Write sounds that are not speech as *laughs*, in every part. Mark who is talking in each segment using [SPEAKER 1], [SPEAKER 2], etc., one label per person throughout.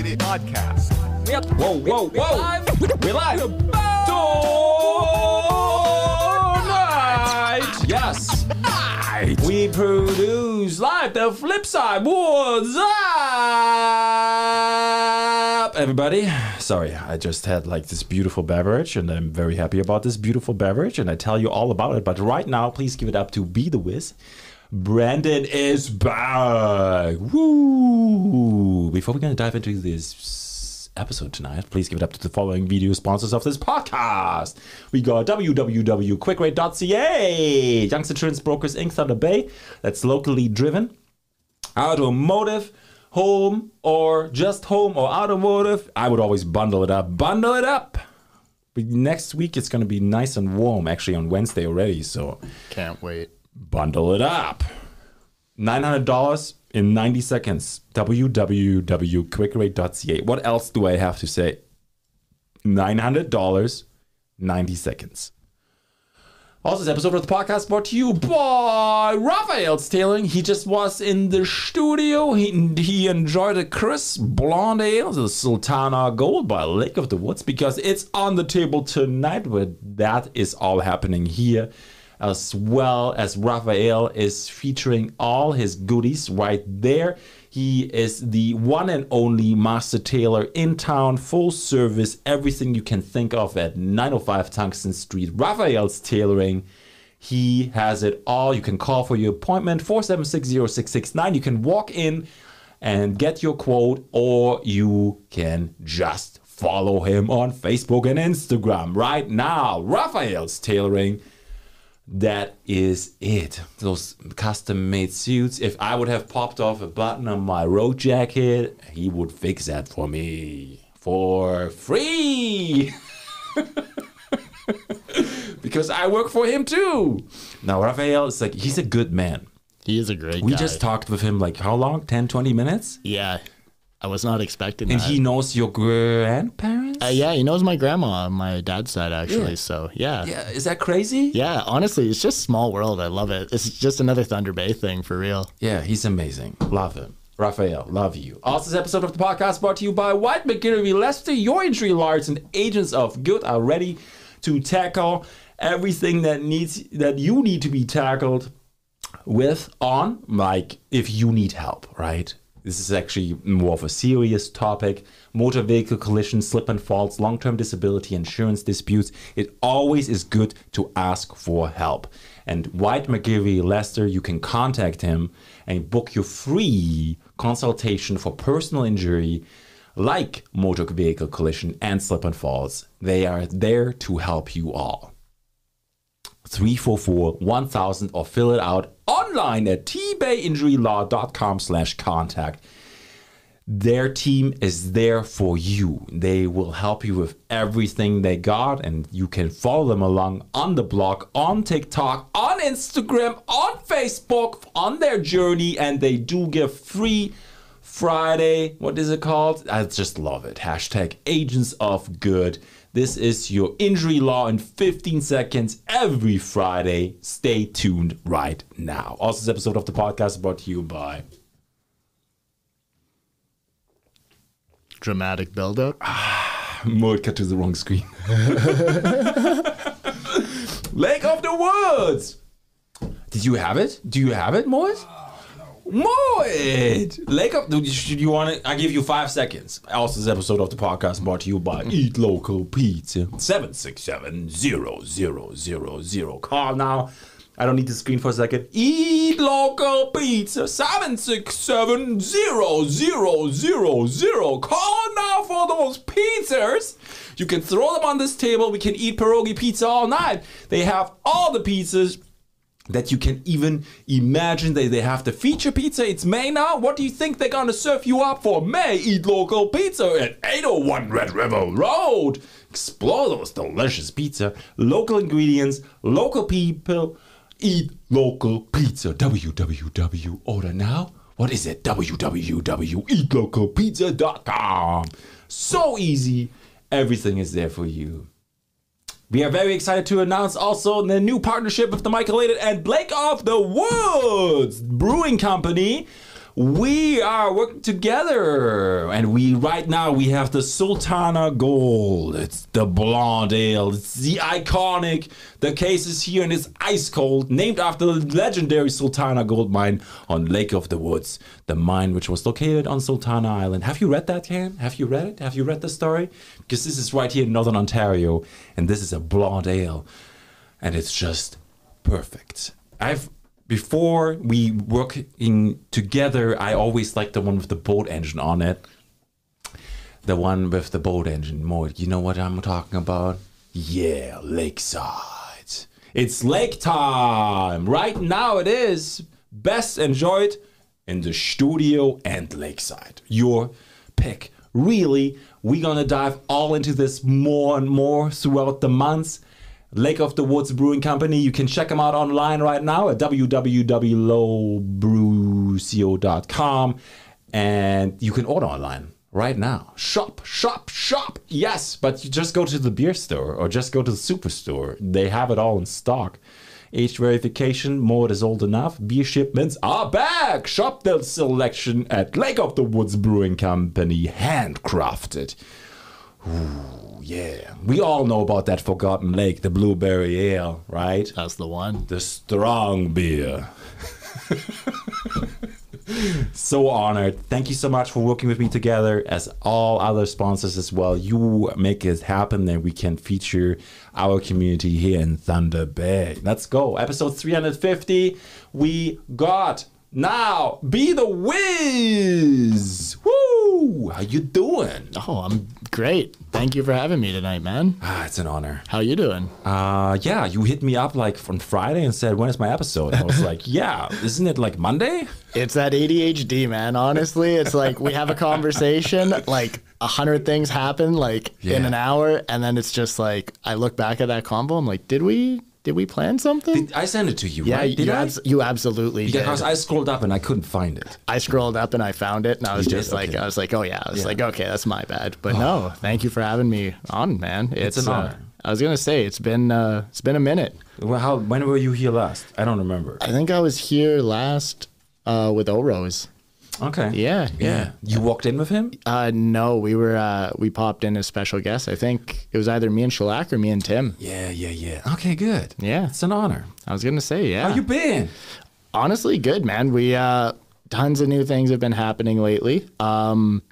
[SPEAKER 1] podcast.
[SPEAKER 2] Yep.
[SPEAKER 1] Whoa, whoa, whoa! We're live. Tonight, yes, we produce live the flip side. What's up, everybody? Sorry, I just had like this beautiful beverage, and I'm very happy about this beautiful beverage, and I tell you all about it. But right now, please give it up to Be the Wiz. Brandon is back. Woo! Before we're gonna dive into this episode tonight, please give it up to the following video sponsors of this podcast. We got www.quickrate.ca, Young's Insurance Brokers Inc. Thunder Bay. That's locally driven automotive, home, or just home or automotive, I would always bundle it up. Bundle it up. But next week it's going to be nice and warm, actually, on Wednesday already. So
[SPEAKER 3] Can't wait.
[SPEAKER 1] bundle it up. $900 in 90 seconds. www.quickrate.ca. What else do I have to say? $900, 90 seconds. Also, this episode of the podcast brought to you by Raphael's Tailoring. He just was in the studio. He, he enjoyed a crisp blonde ale, the Sultana Gold by Lake of the Woods, because it's on the table tonight. But that is all happening here, as well as Raphael is featuring all his goodies right there. He is the one and only master tailor in town, full service, everything you can think of at 905 Tungsten Street. Raphael's Tailoring. He has it all. You can call for your appointment 4760669. You can walk in and get your quote, or you can just follow him on Facebook and Instagram right now. Raphael's Tailoring that is it. Those custom made suits. If I would have popped off a button on my road jacket, he would fix that for me for free. *laughs* because I work for him too. Now, Raphael is like, he's a good man.
[SPEAKER 3] He is a great
[SPEAKER 1] We
[SPEAKER 3] guy.
[SPEAKER 1] just talked with him like how long? 10, 20 minutes?
[SPEAKER 3] yeah. I was not expecting
[SPEAKER 1] And
[SPEAKER 3] that.
[SPEAKER 1] he knows your grandparents?
[SPEAKER 3] Uh, yeah, he knows my grandma on my dad's side actually.
[SPEAKER 1] Yeah.
[SPEAKER 3] So yeah. yeah.
[SPEAKER 1] yeah, is that crazy?
[SPEAKER 3] honestly, it's just small world. I love it. It's just another Thunder Bay thing for real.
[SPEAKER 1] Yeah, he's amazing. Love him. Raphael, love you. Also, this episode of the podcast brought to you by White McGillivray, Lester, your injury lawyers and agents of good are ready to tackle everything that needs that you need to be tackled with on like if you need help, right? This is actually more of a serious topic. Motor vehicle collisions, slip and falls, long term disability, insurance disputes. It always is good to ask for help. And White McGivy Lester, you can contact him and book your free consultation for personal injury like motor vehicle collision and slip and falls. They are there to help you all. 344 1000 or fill it out online at tbayinjurylaw.com slash contact. Their team is there for you. They will help you with everything they got, and you can follow them along on the blog, on TikTok, on Instagram, on Facebook, on their journey, and they do give free Friday. What is it called? I just love it. Hashtag agents of good. This is your injury law in 15 seconds every Friday. Stay tuned right now. Also, this episode of the podcast is brought to you by
[SPEAKER 3] Dramatic buildup.
[SPEAKER 1] *laughs* Mordka to the wrong screen. Lake of the Woods. Did you have it? Do you have it, Moit? Moit! Lake of. Do you, you want it? I give you five seconds. Also, this episode of the podcast brought to you by Eat Local Pizza. 767 Call now. I don't need the screen for a second. Eat Local Pizza. 767 Call now for those pizzas. You can throw them on this table. We can eat pierogi pizza all night. They have all the pizzas that you can even imagine they, they have the feature pizza it's may now what do you think they're gonna serve you up for may eat local pizza at 801 red river road explore those delicious pizza local ingredients local people eat local pizza www order now what is it www.eatlocalpizza.com so easy everything is there for you we are very excited to announce also the new partnership with the Michael Aided and Blake of the Woods Brewing Company. we are working together, and we right now we have the Sultana Gold. It's the blonde ale. It's the iconic. The case is here and it's ice cold, named after the legendary Sultana Gold mine on Lake of the Woods, the mine which was located on Sultana Island. Have you read that, Cam? Have you read it? Have you read the story? Because this is right here in Northern Ontario, and this is a blonde ale and it's just perfect. I've before we work in together, I always like the one with the boat engine on it. The one with the boat engine more. You know what I'm talking about? Yeah, lakeside. It's lake time. Right now it is best enjoyed in the studio and lakeside. Your pick. Really, we're gonna dive all into this more and more throughout the months. Lake of the Woods Brewing Company. You can check them out online right now at www.lowbrewco.com. And you can order online right now. Shop, shop, shop. Yes, but you just go to the beer store or just go to the superstore. They have it all in stock. Age verification, more is old enough. Beer shipments are back. Shop the selection at Lake of the Woods Brewing Company, handcrafted. Yeah, we all know about that forgotten lake, the blueberry ale, right?
[SPEAKER 3] That's the one.
[SPEAKER 1] The strong beer. *laughs* so honored. Thank you so much for working with me together, as all other sponsors as well. You make it happen that we can feature our community here in Thunder Bay. Let's go. Episode 350. We got now be the whiz. Woo! How you doing?
[SPEAKER 3] Oh, I'm great. Thank you for having me tonight, man.
[SPEAKER 1] Ah, it's an honor.
[SPEAKER 3] How you doing?
[SPEAKER 1] Uh, yeah, you hit me up like on Friday and said, "When is my episode?"
[SPEAKER 3] *laughs*
[SPEAKER 1] I was like, "Yeah, isn't it like Monday?"
[SPEAKER 3] It's that ADHD, man. Honestly, it's like we have a conversation, like a hundred things happen, like in
[SPEAKER 1] Yeah.
[SPEAKER 3] an hour, and then it's just like I look back at that combo. I'm like, did we? Did we plan something?
[SPEAKER 1] I sent it to you,
[SPEAKER 3] yeah,
[SPEAKER 1] right? Did
[SPEAKER 3] you,
[SPEAKER 1] I?
[SPEAKER 3] abs- you absolutely did.
[SPEAKER 1] Because I scrolled up and I couldn't find it.
[SPEAKER 3] I scrolled up and I found it, and I was
[SPEAKER 1] did?
[SPEAKER 3] just like,
[SPEAKER 1] Okay.
[SPEAKER 3] I was like, oh yeah, I was like, okay, that's my bad. But no, thank you for having me on, man. It's,
[SPEAKER 1] an
[SPEAKER 3] uh,
[SPEAKER 1] honor.
[SPEAKER 3] I was gonna say it's been uh, it's been a minute.
[SPEAKER 1] Well, how? When were you here last? I don't remember.
[SPEAKER 3] I think I was here last uh, with Oros.
[SPEAKER 1] Okay.
[SPEAKER 3] Yeah,
[SPEAKER 1] Yeah. You walked in with him.
[SPEAKER 3] Uh, no, we were uh, we popped in as special guests. I think it was either me and Shellac or me and Tim.
[SPEAKER 1] Yeah, yeah, yeah. Okay, good.
[SPEAKER 3] Yeah.
[SPEAKER 1] It's an honor.
[SPEAKER 3] I was gonna say, yeah.
[SPEAKER 1] How you been?
[SPEAKER 3] honestly good man we uh tons of new things have been happening lately um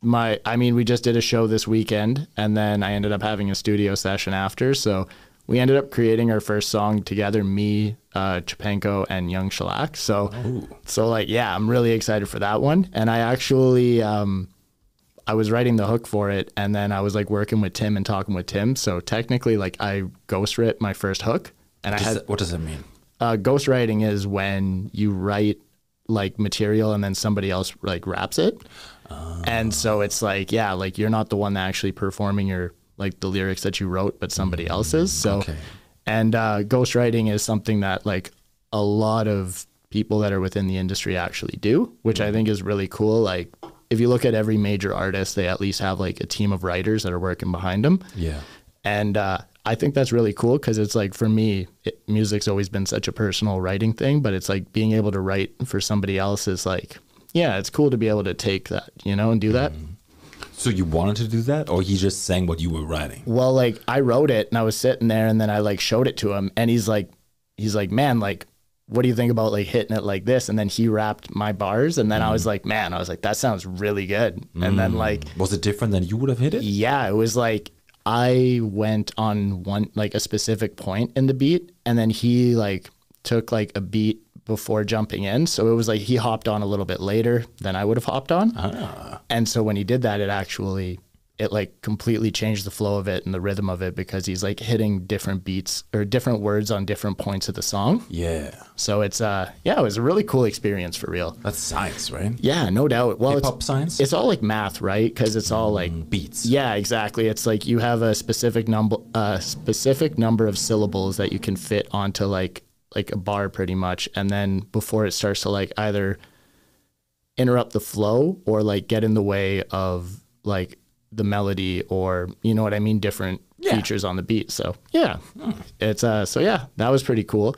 [SPEAKER 3] my i mean we just did a show this weekend and then i ended up having a studio session after so we ended up creating our first song together me uh Chipenko and young shellac so so like yeah i'm really excited for that one and i actually um I was writing the hook for it, and then I was like working with Tim and talking with Tim. So technically, like I ghost writ my first hook, and I
[SPEAKER 1] Does
[SPEAKER 3] had
[SPEAKER 1] that- what does that mean?
[SPEAKER 3] uh, ghostwriting is when you write like material and then somebody else like raps it. And so it's like, yeah, like you're not the one that actually performing your like the lyrics that you wrote, but somebody else's. So,
[SPEAKER 1] okay.
[SPEAKER 3] and uh, ghostwriting is something that like a lot of people that are within the industry actually do, which I think is really cool. Like, if you look at every major artist, they at least have like a team of writers that are working behind them.
[SPEAKER 1] Yeah.
[SPEAKER 3] And uh, I think that's really cool because it's like for me, it, music's always been such a personal writing thing, but it's like being able to write for somebody else is like, yeah, it's cool to be able to take that, you know, and do that.
[SPEAKER 1] So you wanted to do that, or he just sang what you were writing?
[SPEAKER 3] Well, like I wrote it and I was sitting there and then I like showed it to him and he's like, he's like, man, like, what do you think about like hitting it like this? And then he rapped my bars and then I was like, man, I was like, that sounds really good. And then like,
[SPEAKER 1] Was it different than you would have hit it?
[SPEAKER 3] Yeah, it was like I went on one like a specific point in the beat and then he like took like a beat before jumping in. So it was like he hopped on a little bit later than I would have hopped on. And so when he did that it actually it like completely changed the flow of it and the rhythm of it because he's like hitting different beats or different words on different points of the song.
[SPEAKER 1] Yeah.
[SPEAKER 3] So it's uh yeah, it was a really cool experience for real.
[SPEAKER 1] That's science, right?
[SPEAKER 3] Yeah, no doubt. Well, it's
[SPEAKER 1] Pop science.
[SPEAKER 3] it's all like math, right? Cuz it's all like
[SPEAKER 1] beats.
[SPEAKER 3] yeah, exactly. It's like you have a specific number, a specific number of syllables that you can fit onto like like a bar, pretty much. And then before it starts to like either interrupt the flow or like get in the way of like the melody or you know what I mean, different
[SPEAKER 1] Yeah.
[SPEAKER 3] features on the beat. So yeah, it's uh, so yeah, that was pretty cool.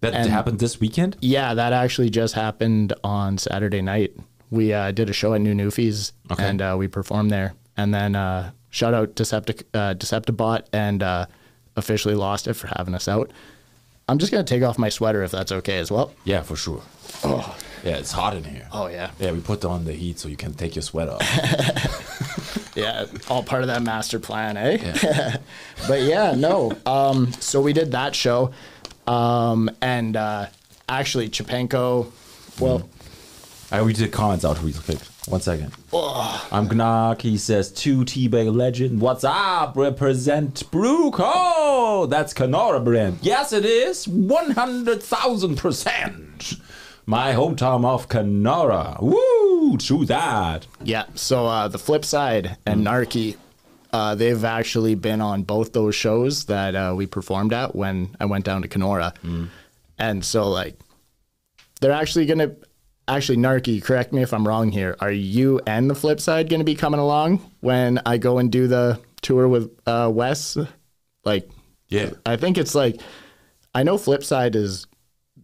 [SPEAKER 1] That
[SPEAKER 3] And-
[SPEAKER 1] happened this weekend.
[SPEAKER 3] Yeah, that actually just happened on Saturday night. We uh, did a show at New Newfies
[SPEAKER 1] Okay.
[SPEAKER 3] and uh, we performed there. And then uh, shout out Deceptic- uh, Deceptibot and uh, officially lost it for having us out. I'm just going to take off my sweater if that's okay as well.
[SPEAKER 1] Yeah, for sure. Yeah, it's hot in here.
[SPEAKER 3] Oh, yeah.
[SPEAKER 1] Yeah, we put on the heat so you can take your sweat off. *laughs*
[SPEAKER 3] Yeah, all part of that master plan, eh?
[SPEAKER 1] Yeah.
[SPEAKER 3] *laughs* but yeah, no. Um, so we did that show. Um, and uh, actually, Chepenko, well,
[SPEAKER 1] I read the comments out real quick. One second. I'm Gnock. He says, 2 T-Bay legend. What's up? Represent Bruco. That's Kenora brand. Yes, it is. 100,000%. My hometown of Kenora. Woo! True that.
[SPEAKER 3] Yeah. So uh, the flip side and Narky, uh, they've actually been on both those shows that uh, we performed at when I went down to Kenora, and so like they're actually gonna actually Narky. Correct me if I'm wrong here. Are you and the flip side gonna be coming along when I go and do the tour with uh, Wes? Like,
[SPEAKER 1] Yeah.
[SPEAKER 3] I think it's like I know Flipside is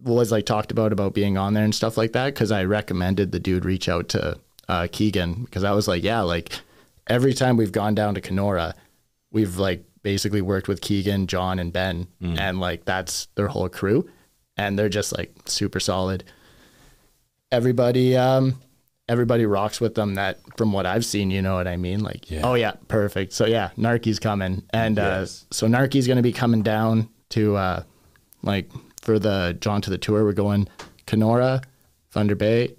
[SPEAKER 3] was like talked about about being on there and stuff like that because I recommended the dude reach out to uh, Keegan because I was like, yeah, like every time we've gone down to Kenora, we've like basically worked with Keegan, John, and Ben, and like that's their whole crew, and they're just like super solid. Everybody, um, everybody rocks with them. That from what I've seen, you know what I mean. Like,
[SPEAKER 1] Yeah.
[SPEAKER 3] oh yeah, perfect. So yeah, Narky's coming, and uh,
[SPEAKER 1] Yes.
[SPEAKER 3] so Narky's going to be coming down to uh, like for the John to the tour. We're going Kenora, Thunder Bay,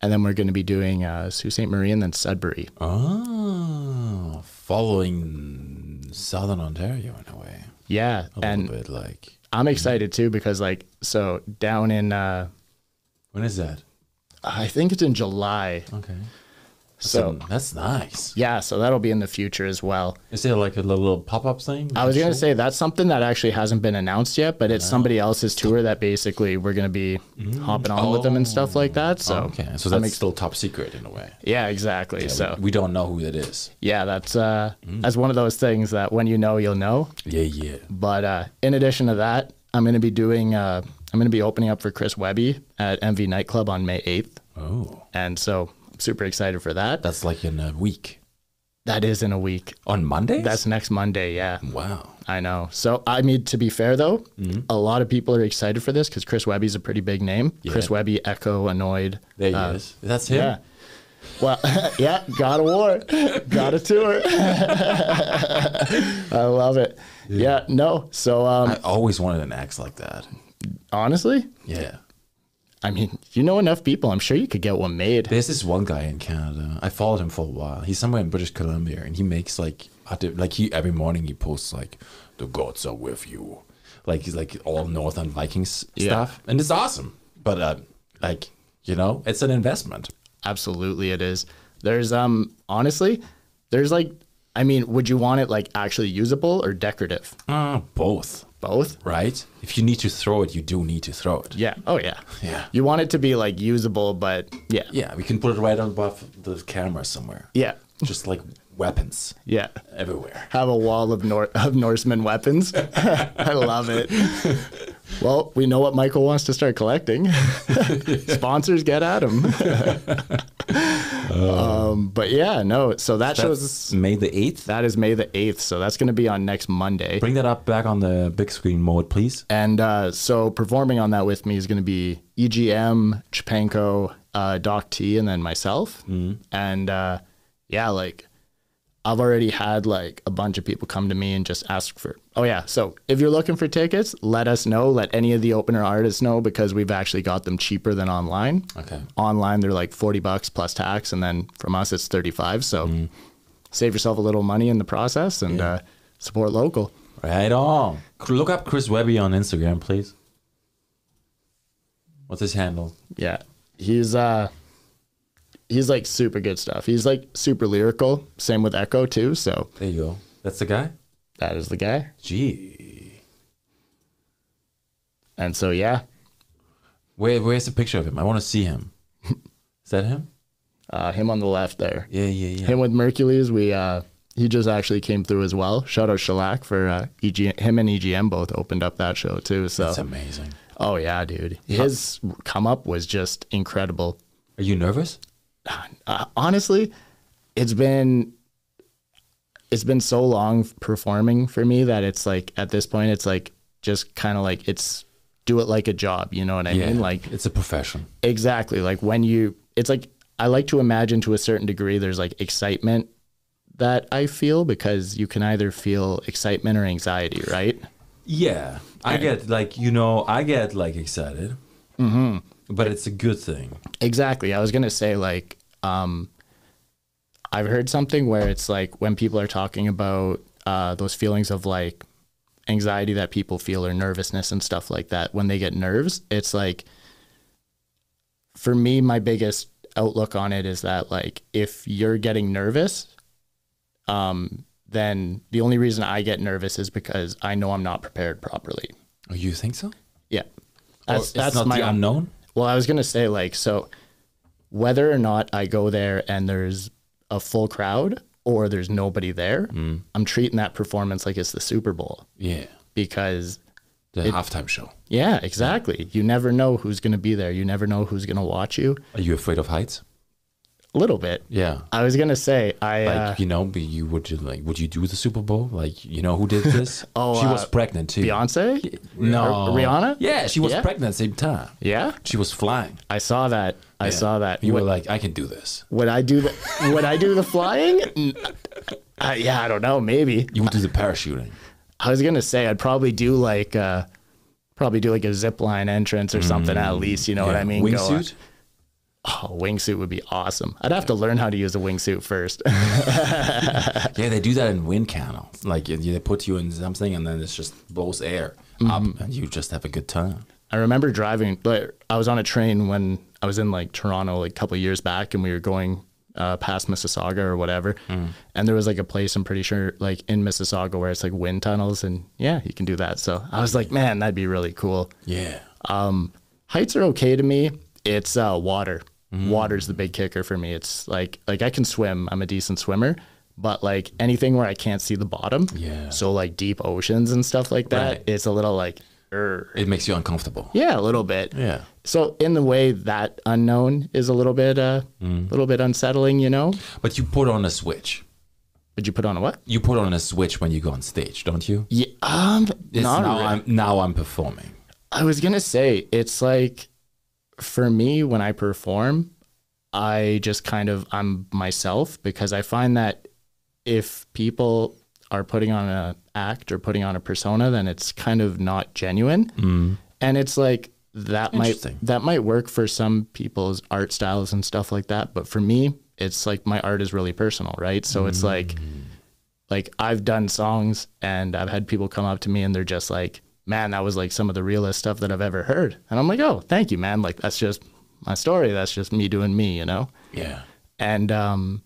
[SPEAKER 3] and then we're going to be doing uh, Sault Ste. Marie and then Sudbury.
[SPEAKER 1] Oh, following Southern Ontario in a way.
[SPEAKER 3] Yeah,
[SPEAKER 1] A
[SPEAKER 3] and
[SPEAKER 1] little bit like,
[SPEAKER 3] I'm excited too because like so down in uh,
[SPEAKER 1] when is that?
[SPEAKER 3] I think it's in July.
[SPEAKER 1] Okay.
[SPEAKER 3] So
[SPEAKER 1] that's nice.
[SPEAKER 3] yeah, so that'll be in the future as well.
[SPEAKER 1] Is there like a little pop up thing?
[SPEAKER 3] I was gonna say that's something that actually hasn't been announced yet, but it's somebody else's tour that basically we're gonna be hopping on with them and stuff like that. So
[SPEAKER 1] Mm-hmm. Oh. Okay, so
[SPEAKER 3] I'm
[SPEAKER 1] that's
[SPEAKER 3] ex-
[SPEAKER 1] still top secret in a way.
[SPEAKER 3] yeah, exactly.
[SPEAKER 1] Yeah,
[SPEAKER 3] so
[SPEAKER 1] we, Mm. we don't know who that is.
[SPEAKER 3] yeah, that's uh, that's one of those things that when you know, you'll know.
[SPEAKER 1] Yeah, yeah.
[SPEAKER 3] But uh, in addition to that, I'm gonna be doing uh, I'm gonna be opening up for Chris Webby at MV Nightclub on May 8th,
[SPEAKER 1] Oh,
[SPEAKER 3] and so I'm super excited for that.
[SPEAKER 1] that's like in a week
[SPEAKER 3] That is in a week.
[SPEAKER 1] on Monday.
[SPEAKER 3] That's next Monday. Yeah.
[SPEAKER 1] wow.
[SPEAKER 3] I know. So, I mean, to be fair though, a lot of people are excited for this because Chris Webby's a pretty big name. Chris Webby, Echo, Annoyed.
[SPEAKER 1] There he is. That's him.
[SPEAKER 3] Yeah. Well, *laughs* yeah, got a war, got a tour. *laughs* I love it. Yeah, no. So, um,
[SPEAKER 1] I always wanted an axe like that.
[SPEAKER 3] honestly,
[SPEAKER 1] Yeah.
[SPEAKER 3] I mean, you know enough people. I'm sure you could get one made.
[SPEAKER 1] There's this one guy in Canada. I followed him for a while. He's somewhere in British Columbia, and he makes like I do- like he every morning he posts like the gods are with you, like he's like all Northern Vikings
[SPEAKER 3] Yeah.
[SPEAKER 1] stuff, and it's awesome. But uh, like you know, it's an investment.
[SPEAKER 3] Absolutely, it is. There's, um, honestly, there's like, I mean, would you want it like actually usable or decorative?
[SPEAKER 1] Uh, both.
[SPEAKER 3] Both.
[SPEAKER 1] right? If you need to throw it, you do need to throw it.
[SPEAKER 3] Yeah. Oh yeah.
[SPEAKER 1] Yeah.
[SPEAKER 3] You want it to be like usable, but yeah.
[SPEAKER 1] Yeah, we can put it right above the camera somewhere.
[SPEAKER 3] Yeah.
[SPEAKER 1] Just like weapons
[SPEAKER 3] Yeah.
[SPEAKER 1] everywhere.
[SPEAKER 3] Have a wall of Nor- of Norseman weapons. *laughs* I love it. Well, we know what Michael wants to start collecting. *laughs* Sponsors get at *laughs* him. um, but yeah, no. So that shows
[SPEAKER 1] May the 8th.
[SPEAKER 3] that is May the eighth. So that's going to be on next Monday.
[SPEAKER 1] Bring that up back on the big screen mode, please.
[SPEAKER 3] And uh, so performing on that with me is going to be E EGM, Chipanko, uh, Doc T, and then myself. And uh, yeah, like I've already had like a bunch of people come to me and just ask for, oh yeah. So if you're looking for tickets, let us know. Let any of the opener artists know because we've actually got them cheaper than online.
[SPEAKER 1] Okay.
[SPEAKER 3] Online, they're like 40 bucks plus tax. And then from us, it's 35. So save yourself a little money in the process and uh, support local.
[SPEAKER 1] Right on. C- Look up Chris Webby on Instagram, please. What's his handle?
[SPEAKER 3] Yeah. He's uh he's like super good stuff. He's like super lyrical. Same with Echo too, so
[SPEAKER 1] There you go. That's the guy?
[SPEAKER 3] that is the guy.
[SPEAKER 1] Gee.
[SPEAKER 3] And so yeah.
[SPEAKER 1] Where, where's the picture of him? I want to see him. Is that him?
[SPEAKER 3] Uh him on the left there.
[SPEAKER 1] Yeah, yeah, yeah.
[SPEAKER 3] Him with Mercules, we uh he just actually came through as well. Shout out Shellac for uh, EG, him and EGM both opened up that show too. So,
[SPEAKER 1] That's amazing.
[SPEAKER 3] oh yeah, dude, his come up was just incredible.
[SPEAKER 1] Are you nervous?
[SPEAKER 3] Uh, honestly, it's been it's been so long performing for me that it's like at this point, it's like just kind of like it's do it like a job. You know what I mean? Like
[SPEAKER 1] it's a profession.
[SPEAKER 3] Exactly. Like when you, it's like I like to imagine to a certain degree there's like excitement that I feel because you can either feel excitement or anxiety, right?
[SPEAKER 1] Yeah, I get like you know, I get like excited,
[SPEAKER 3] Mm-hmm.
[SPEAKER 1] but it's a good thing.
[SPEAKER 3] Exactly. I was going to say like, um, I've heard something where it's like when people are talking about uh, those feelings of like anxiety that people feel or nervousness and stuff like that when they get nerves, it's like for me, my biggest outlook on it is that like if you're getting nervous, um, then the only reason I get nervous is because I know I'm not prepared properly.
[SPEAKER 1] Oh, you think so?
[SPEAKER 3] Yeah,
[SPEAKER 1] Or
[SPEAKER 3] that's
[SPEAKER 1] it's
[SPEAKER 3] that's
[SPEAKER 1] not
[SPEAKER 3] my
[SPEAKER 1] the unknown.
[SPEAKER 3] well, I was gonna say like so, whether or not I go there and there's a full crowd or there's nobody there,
[SPEAKER 1] Mm.
[SPEAKER 3] I'm treating that performance like it's the Super Bowl
[SPEAKER 1] Yeah,
[SPEAKER 3] because
[SPEAKER 1] the halftime show.
[SPEAKER 3] yeah, exactly. You never know who's gonna be there. You never know who's gonna watch you.
[SPEAKER 1] Are you afraid of heights?
[SPEAKER 3] A little bit.
[SPEAKER 1] Yeah.
[SPEAKER 3] I was gonna say I.
[SPEAKER 1] Like
[SPEAKER 3] uh,
[SPEAKER 1] you know, but you would you like would you do the Super Bowl? Like you know who did this?
[SPEAKER 3] *laughs* Oh,
[SPEAKER 1] she
[SPEAKER 3] uh,
[SPEAKER 1] was pregnant too.
[SPEAKER 3] Beyonce?
[SPEAKER 1] No,
[SPEAKER 3] Or Rihanna?
[SPEAKER 1] Yeah, she was
[SPEAKER 3] Yeah.
[SPEAKER 1] pregnant at the same time.
[SPEAKER 3] Yeah,
[SPEAKER 1] She was flying.
[SPEAKER 3] I saw that. I saw that.
[SPEAKER 1] You
[SPEAKER 3] Would,
[SPEAKER 1] were like, I can do this.
[SPEAKER 3] would I do the Would I do the flying? N- I- yeah, I don't know. Maybe
[SPEAKER 1] You would do the parachuting.
[SPEAKER 3] I was gonna say I'd probably do like uh probably do like a zip line entrance or something at least. You know what I mean? Go, uh,
[SPEAKER 1] Wingsuit.
[SPEAKER 3] oh, wingsuit would be awesome. I'd have to learn how to use a wingsuit first. *laughs*
[SPEAKER 1] Yeah, they do that in wind canal. Like you- they put you in something, and then it's just blows air
[SPEAKER 3] Mm-hmm.
[SPEAKER 1] up, and you just have a good time.
[SPEAKER 3] I remember driving, but I was on a train when I was in like Toronto like a couple of years back, and we were going uh, past Mississauga or whatever. And there was like a place I'm pretty sure like in Mississauga where it's like wind tunnels, and yeah, you can do that. So I was like, man, that'd be really cool.
[SPEAKER 1] Yeah.
[SPEAKER 3] Heights are okay to me. It's uh, water. Water's the big kicker for me. It's like like I can swim. I'm a decent swimmer, but like anything where I can't see the bottom,
[SPEAKER 1] Yeah.
[SPEAKER 3] So like deep oceans and stuff like that,
[SPEAKER 1] Right.
[SPEAKER 3] it's a little like, er.
[SPEAKER 1] It makes you uncomfortable.
[SPEAKER 3] yeah, a little bit.
[SPEAKER 1] Yeah.
[SPEAKER 3] So in the way that unknown is a little bit uh, a little bit unsettling, you know.
[SPEAKER 1] But you put on a switch.
[SPEAKER 3] Would you put on a what?
[SPEAKER 1] You put on a switch when you go on stage, don't you?
[SPEAKER 3] Yeah, um,
[SPEAKER 1] It's
[SPEAKER 3] not
[SPEAKER 1] now
[SPEAKER 3] really.
[SPEAKER 1] I'm now I'm performing.
[SPEAKER 3] I was gonna say it's like for me when I perform, I just kind of I'm myself because I find that if people are putting on a act or putting on a persona, then it's kind of not genuine. And it's like that might
[SPEAKER 1] Interesting.
[SPEAKER 3] that might work for some people's art styles and stuff like that, but for me, it's like my art is really personal, right? So it's like like I've done songs and I've had people come up to me and they're just like, "Man, that was like some of the realest stuff that I've ever heard." And I'm like, "Oh, thank you, man. Like that's just my story. That's just me doing me, you know."
[SPEAKER 1] Yeah.
[SPEAKER 3] And um,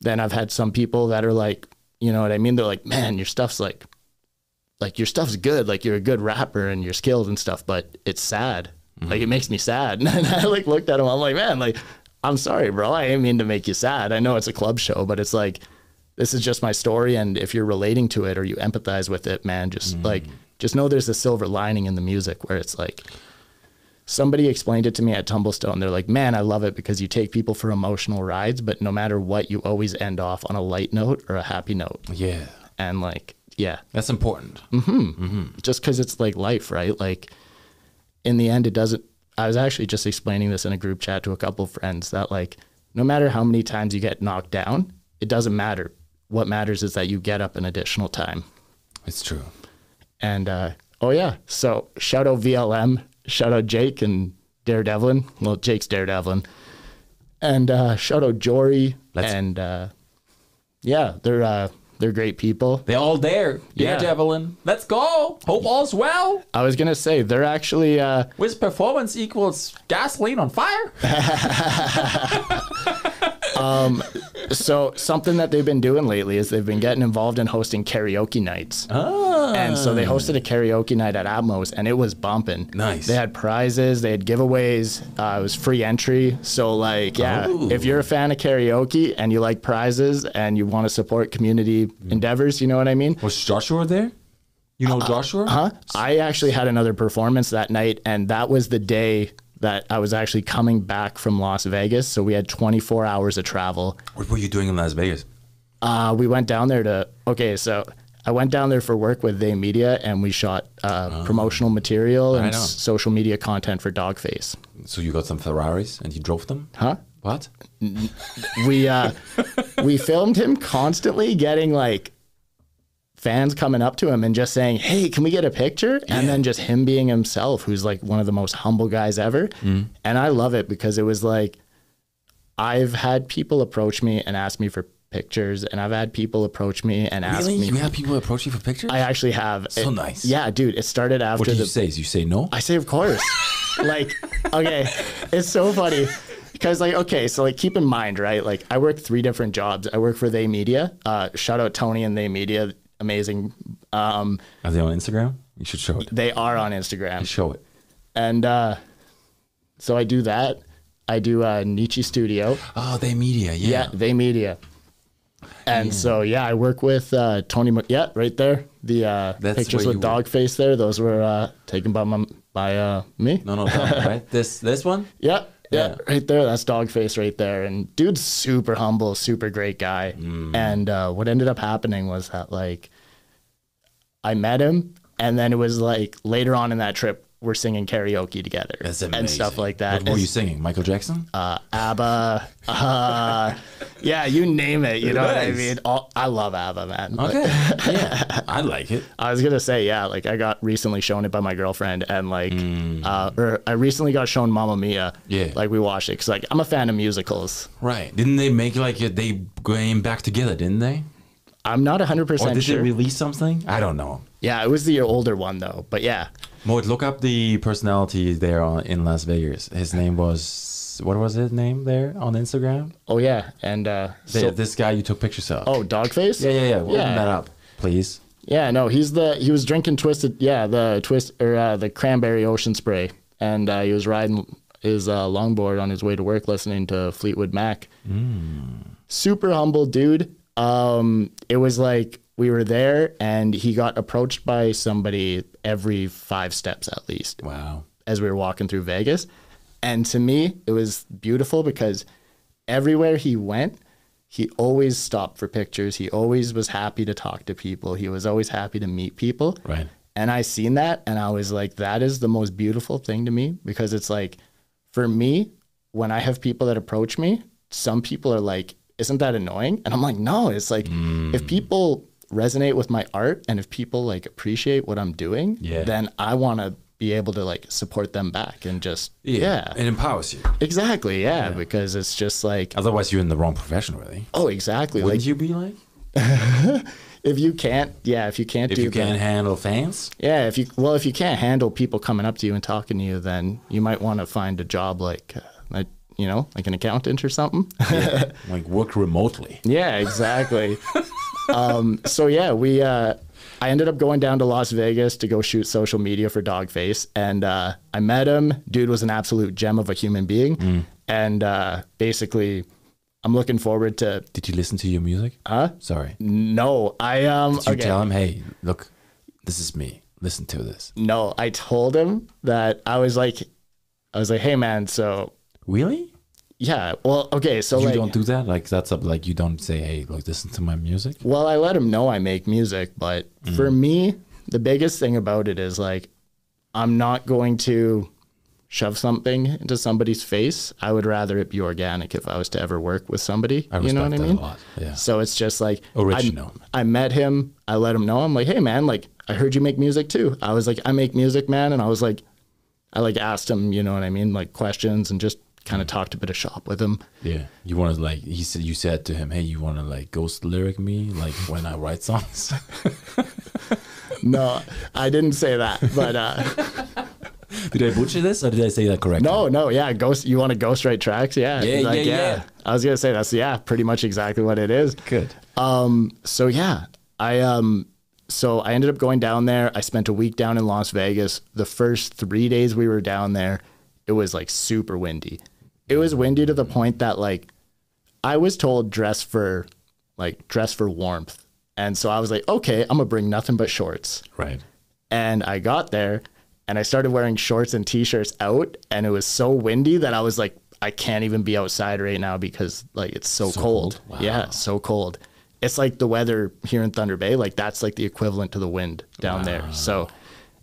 [SPEAKER 3] then I've had some people that are like, you know what I mean? They're like, "Man, your stuff's like, like your stuff's good. Like you're a good rapper and you're skilled and stuff, but it's sad. Like it makes me sad." *laughs* And I like looked at him. I'm like, "Man, like." I'm sorry, bro. I didn't mean to make you sad. I know it's a club show, but it's like this is just my story and if you're relating to it or you empathize with it man just like just know there's a silver lining in the music where it's like somebody explained it to me at tumblestone they're like man i love it because you take people for emotional rides but no matter what you always end off on a light note or a happy note
[SPEAKER 1] Yeah.
[SPEAKER 3] and like yeah
[SPEAKER 1] That's important.
[SPEAKER 3] just because it's like life, right? Like in the end, it doesn't. I was actually just explaining this in a group chat to a couple friends that like no matter how many times you get knocked down, it doesn't matter. What matters is that you get up an additional time.
[SPEAKER 1] It's true.
[SPEAKER 3] And uh, oh yeah, so shout out VLM, shout out Jake and Daredevilin. Well, Jake's Daredevilin, and uh, shout out Jory
[SPEAKER 1] Let's-
[SPEAKER 3] and uh, yeah, they're uh, they're great people.
[SPEAKER 1] They're all there. Yeah,
[SPEAKER 3] Yeah.
[SPEAKER 1] Javelin. Let's go. Hope all's well.
[SPEAKER 3] I was gonna say they're actually. Uh,
[SPEAKER 1] With performance equals gasoline on fire.
[SPEAKER 3] So something that they've been doing lately is they've been getting involved in hosting karaoke nights.
[SPEAKER 1] Ah.
[SPEAKER 3] And so they hosted a karaoke night at Atmos, and it was bumping.
[SPEAKER 1] Nice.
[SPEAKER 3] They had prizes, they had giveaways. Uh, it was free entry. So like, yeah,
[SPEAKER 1] Oh.
[SPEAKER 3] if you're a fan of karaoke and you like prizes and you want to support community endeavors, you know what I mean.
[SPEAKER 1] Was Joshua there? You know Joshua?
[SPEAKER 3] Huh? Uh-huh. I actually had another performance that night, and that was the day that I was actually coming back from Las Vegas. So we had 24 hours of travel.
[SPEAKER 1] What were you doing in Las Vegas?
[SPEAKER 3] Uh, we went down there to okay, so I went down there for work with They Media, and we shot uh,
[SPEAKER 1] Ah.
[SPEAKER 3] promotional material and
[SPEAKER 1] Right on.
[SPEAKER 3] s- social media content for Dogface.
[SPEAKER 1] So you got some Ferraris and you drove them?
[SPEAKER 3] Huh?
[SPEAKER 1] What?
[SPEAKER 3] We uh, we filmed him constantly getting like fans coming up to him and just saying, "Hey, can we get a picture?" And then just him being himself, who's like one of the most humble guys ever.
[SPEAKER 1] Mm.
[SPEAKER 3] And I love it because it was like I've had people approach me and ask me for pictures, and I've had people approach me and ask
[SPEAKER 1] Really?
[SPEAKER 3] me.
[SPEAKER 1] You have people approach you for pictures?
[SPEAKER 3] I actually have.
[SPEAKER 1] So
[SPEAKER 3] it-
[SPEAKER 1] nice.
[SPEAKER 3] Yeah, dude. It started
[SPEAKER 1] what
[SPEAKER 3] after
[SPEAKER 1] do you
[SPEAKER 3] the.
[SPEAKER 1] say? You say no?
[SPEAKER 3] I say,
[SPEAKER 1] *laughs*
[SPEAKER 3] of course. like, okay, it's so funny because, like, okay, so like, keep in mind, right? Like, I work three different jobs. I work for They Media. Uh, shout out Tony and They Media, amazing. Um,
[SPEAKER 1] Are they on Instagram? You should show it.
[SPEAKER 3] they are on Instagram,
[SPEAKER 1] Show it.
[SPEAKER 3] and uh, so I do that. I do uh, Nietzsche Studio.
[SPEAKER 1] Oh, they media.
[SPEAKER 3] Yeah, They Media. And so yeah, I work with uh, Tony. Mc- yeah, right there. The uh,
[SPEAKER 1] That's
[SPEAKER 3] pictures
[SPEAKER 1] where
[SPEAKER 3] with
[SPEAKER 1] you were.
[SPEAKER 3] Dogface there. Those were uh, taken by my, by uh, me.
[SPEAKER 1] No, no, that one, *laughs* right? This this one?
[SPEAKER 3] Yeah, yeah,
[SPEAKER 1] Yeah.
[SPEAKER 3] right there. That's Dogface right there. And dude's super humble, super great guy.
[SPEAKER 1] Mm.
[SPEAKER 3] And uh, what ended up happening was that like I met him, and then it was like later on in that trip we're singing karaoke together
[SPEAKER 1] That's amazing.
[SPEAKER 3] and stuff like that.
[SPEAKER 1] What were
[SPEAKER 3] It's-
[SPEAKER 1] you singing? Michael Jackson?
[SPEAKER 3] uh, ABBA, uh, yeah, you name it. You know what I
[SPEAKER 1] Nice.
[SPEAKER 3] mean? All, I love ABBA, man. Like,
[SPEAKER 1] okay. *laughs* yeah. I like it.
[SPEAKER 3] I was gonna say, yeah, like I got recently shown it by my girlfriend, and like, uh, or I recently got shown Mamma Mia.
[SPEAKER 1] Mm. Yeah.
[SPEAKER 3] like we watched it because like I'm a fan of musicals.
[SPEAKER 1] Right. Didn't they make like a, they came back together, didn't they?
[SPEAKER 3] I'm not 100
[SPEAKER 1] Or
[SPEAKER 3] percent
[SPEAKER 1] did
[SPEAKER 3] sure.
[SPEAKER 1] they release something? I don't know.
[SPEAKER 3] yeah, it was the older one though, but yeah,
[SPEAKER 1] Moit, look up the personality there on, in Las Vegas. His name was what was his name there on Instagram?
[SPEAKER 3] oh yeah, and uh,
[SPEAKER 1] The-
[SPEAKER 3] so,
[SPEAKER 1] this guy you took pictures of.
[SPEAKER 3] oh, Dogface.
[SPEAKER 1] yeah, yeah, yeah. Open
[SPEAKER 3] yeah.
[SPEAKER 1] that up, please.
[SPEAKER 3] Yeah, no, he's the he was drinking twisted, yeah, the twist or uh, the cranberry ocean spray, and uh, he was riding his uh, longboard on his way to work, listening to Fleetwood Mac.
[SPEAKER 1] Hmm.
[SPEAKER 3] Super humble dude. Um, it was like we were there, and he got approached by somebody every five steps at least
[SPEAKER 1] Wow.
[SPEAKER 3] as we were walking through Vegas. And to me, it was beautiful because everywhere he went, he always stopped for pictures. He always was happy to talk to people. He was always happy to meet people.
[SPEAKER 1] Right.
[SPEAKER 3] And I seen that and I was like, that is the most beautiful thing to me because it's like, for me, when I have people that approach me, some people are like, isn't that annoying? And I'm like, no, it's like,
[SPEAKER 1] Mm.
[SPEAKER 3] if people resonate with my art and if people like appreciate what I'm doing,
[SPEAKER 1] Yeah.
[SPEAKER 3] then I want to be able to like support them back and just, yeah,
[SPEAKER 1] It empowers you.
[SPEAKER 3] exactly. Yeah, Because it's just like,
[SPEAKER 1] Otherwise, you're in the wrong profession, really.
[SPEAKER 3] oh, exactly.
[SPEAKER 1] Wouldn't
[SPEAKER 3] like
[SPEAKER 1] you be like
[SPEAKER 3] if you can't, yeah, if you can't
[SPEAKER 1] if
[SPEAKER 3] do
[SPEAKER 1] you
[SPEAKER 3] that.
[SPEAKER 1] can't handle fans?
[SPEAKER 3] Yeah, if you well, if you can't handle people coming up to you and talking to you, then you might want to find a job like, uh, like you know, like an accountant or something. *laughs*
[SPEAKER 1] like work remotely.
[SPEAKER 3] yeah, exactly. um, so yeah, we uh, I ended up going down to Las Vegas to go shoot social media for Dogface, and uh, I met him. Dude was an absolute gem of a human being,
[SPEAKER 1] Mm.
[SPEAKER 3] and uh, basically, I'm looking forward to.
[SPEAKER 1] Did you listen to your music? Huh? Sorry. Did
[SPEAKER 3] No, I um.
[SPEAKER 1] you
[SPEAKER 3] okay.
[SPEAKER 1] tell him, hey, look, this is me. Listen to this.
[SPEAKER 3] No, I told him that I was like, I was like, hey man, so
[SPEAKER 1] Really?
[SPEAKER 3] Yeah. Well, okay. So
[SPEAKER 1] You
[SPEAKER 3] like,
[SPEAKER 1] don't do that? Like that's up. Like you don't say, hey, look, listen to my music.
[SPEAKER 3] well, I let him know I make music, but
[SPEAKER 1] Mm.
[SPEAKER 3] for me, the biggest thing about it is like, I'm not going to shove something into somebody's face. I would rather it be organic if I was to ever work with somebody.
[SPEAKER 1] I
[SPEAKER 3] you know what I
[SPEAKER 1] respect that a
[SPEAKER 3] mean?
[SPEAKER 1] lot, yeah.
[SPEAKER 3] So it's just like I-
[SPEAKER 1] Original.
[SPEAKER 3] I met him. I let him know. I'm like, hey man, like I heard you make music too. I was like, I make music, man, and I was like, I like asked him, you know what I mean, like questions and just kind
[SPEAKER 1] Mm.
[SPEAKER 3] of talked a bit of shop with him.
[SPEAKER 1] Yeah, you want to like he said. You said to him, "Hey, you want to like ghost lyric me like when I write songs?" *laughs*
[SPEAKER 3] No, I didn't say that, but. uh *laughs*
[SPEAKER 1] did I butcher this or did I say that correctly?
[SPEAKER 3] No, no, yeah, ghost. You want to ghostwrite tracks? Yeah,
[SPEAKER 1] Yeah,
[SPEAKER 3] Like,
[SPEAKER 1] yeah, yeah.
[SPEAKER 3] I was gonna say that's yeah, pretty much exactly what it is.
[SPEAKER 1] Good.
[SPEAKER 3] So yeah, I um so I ended up going down there. I spent a week down in Las Vegas. The first 3 days we were down there, it was like super windy. It was windy to the point that like I was told dress for like dress for warmth. And so I was like, "Okay, I'm going to bring nothing but shorts."
[SPEAKER 1] Right.
[SPEAKER 3] And I got there and I started wearing shorts and t-shirts out and it was so windy that I was like I can't even be outside right now because like it's so, cold. Yeah, so cold. It's like the weather here in Thunder Bay, like that's like the equivalent to the wind down there. So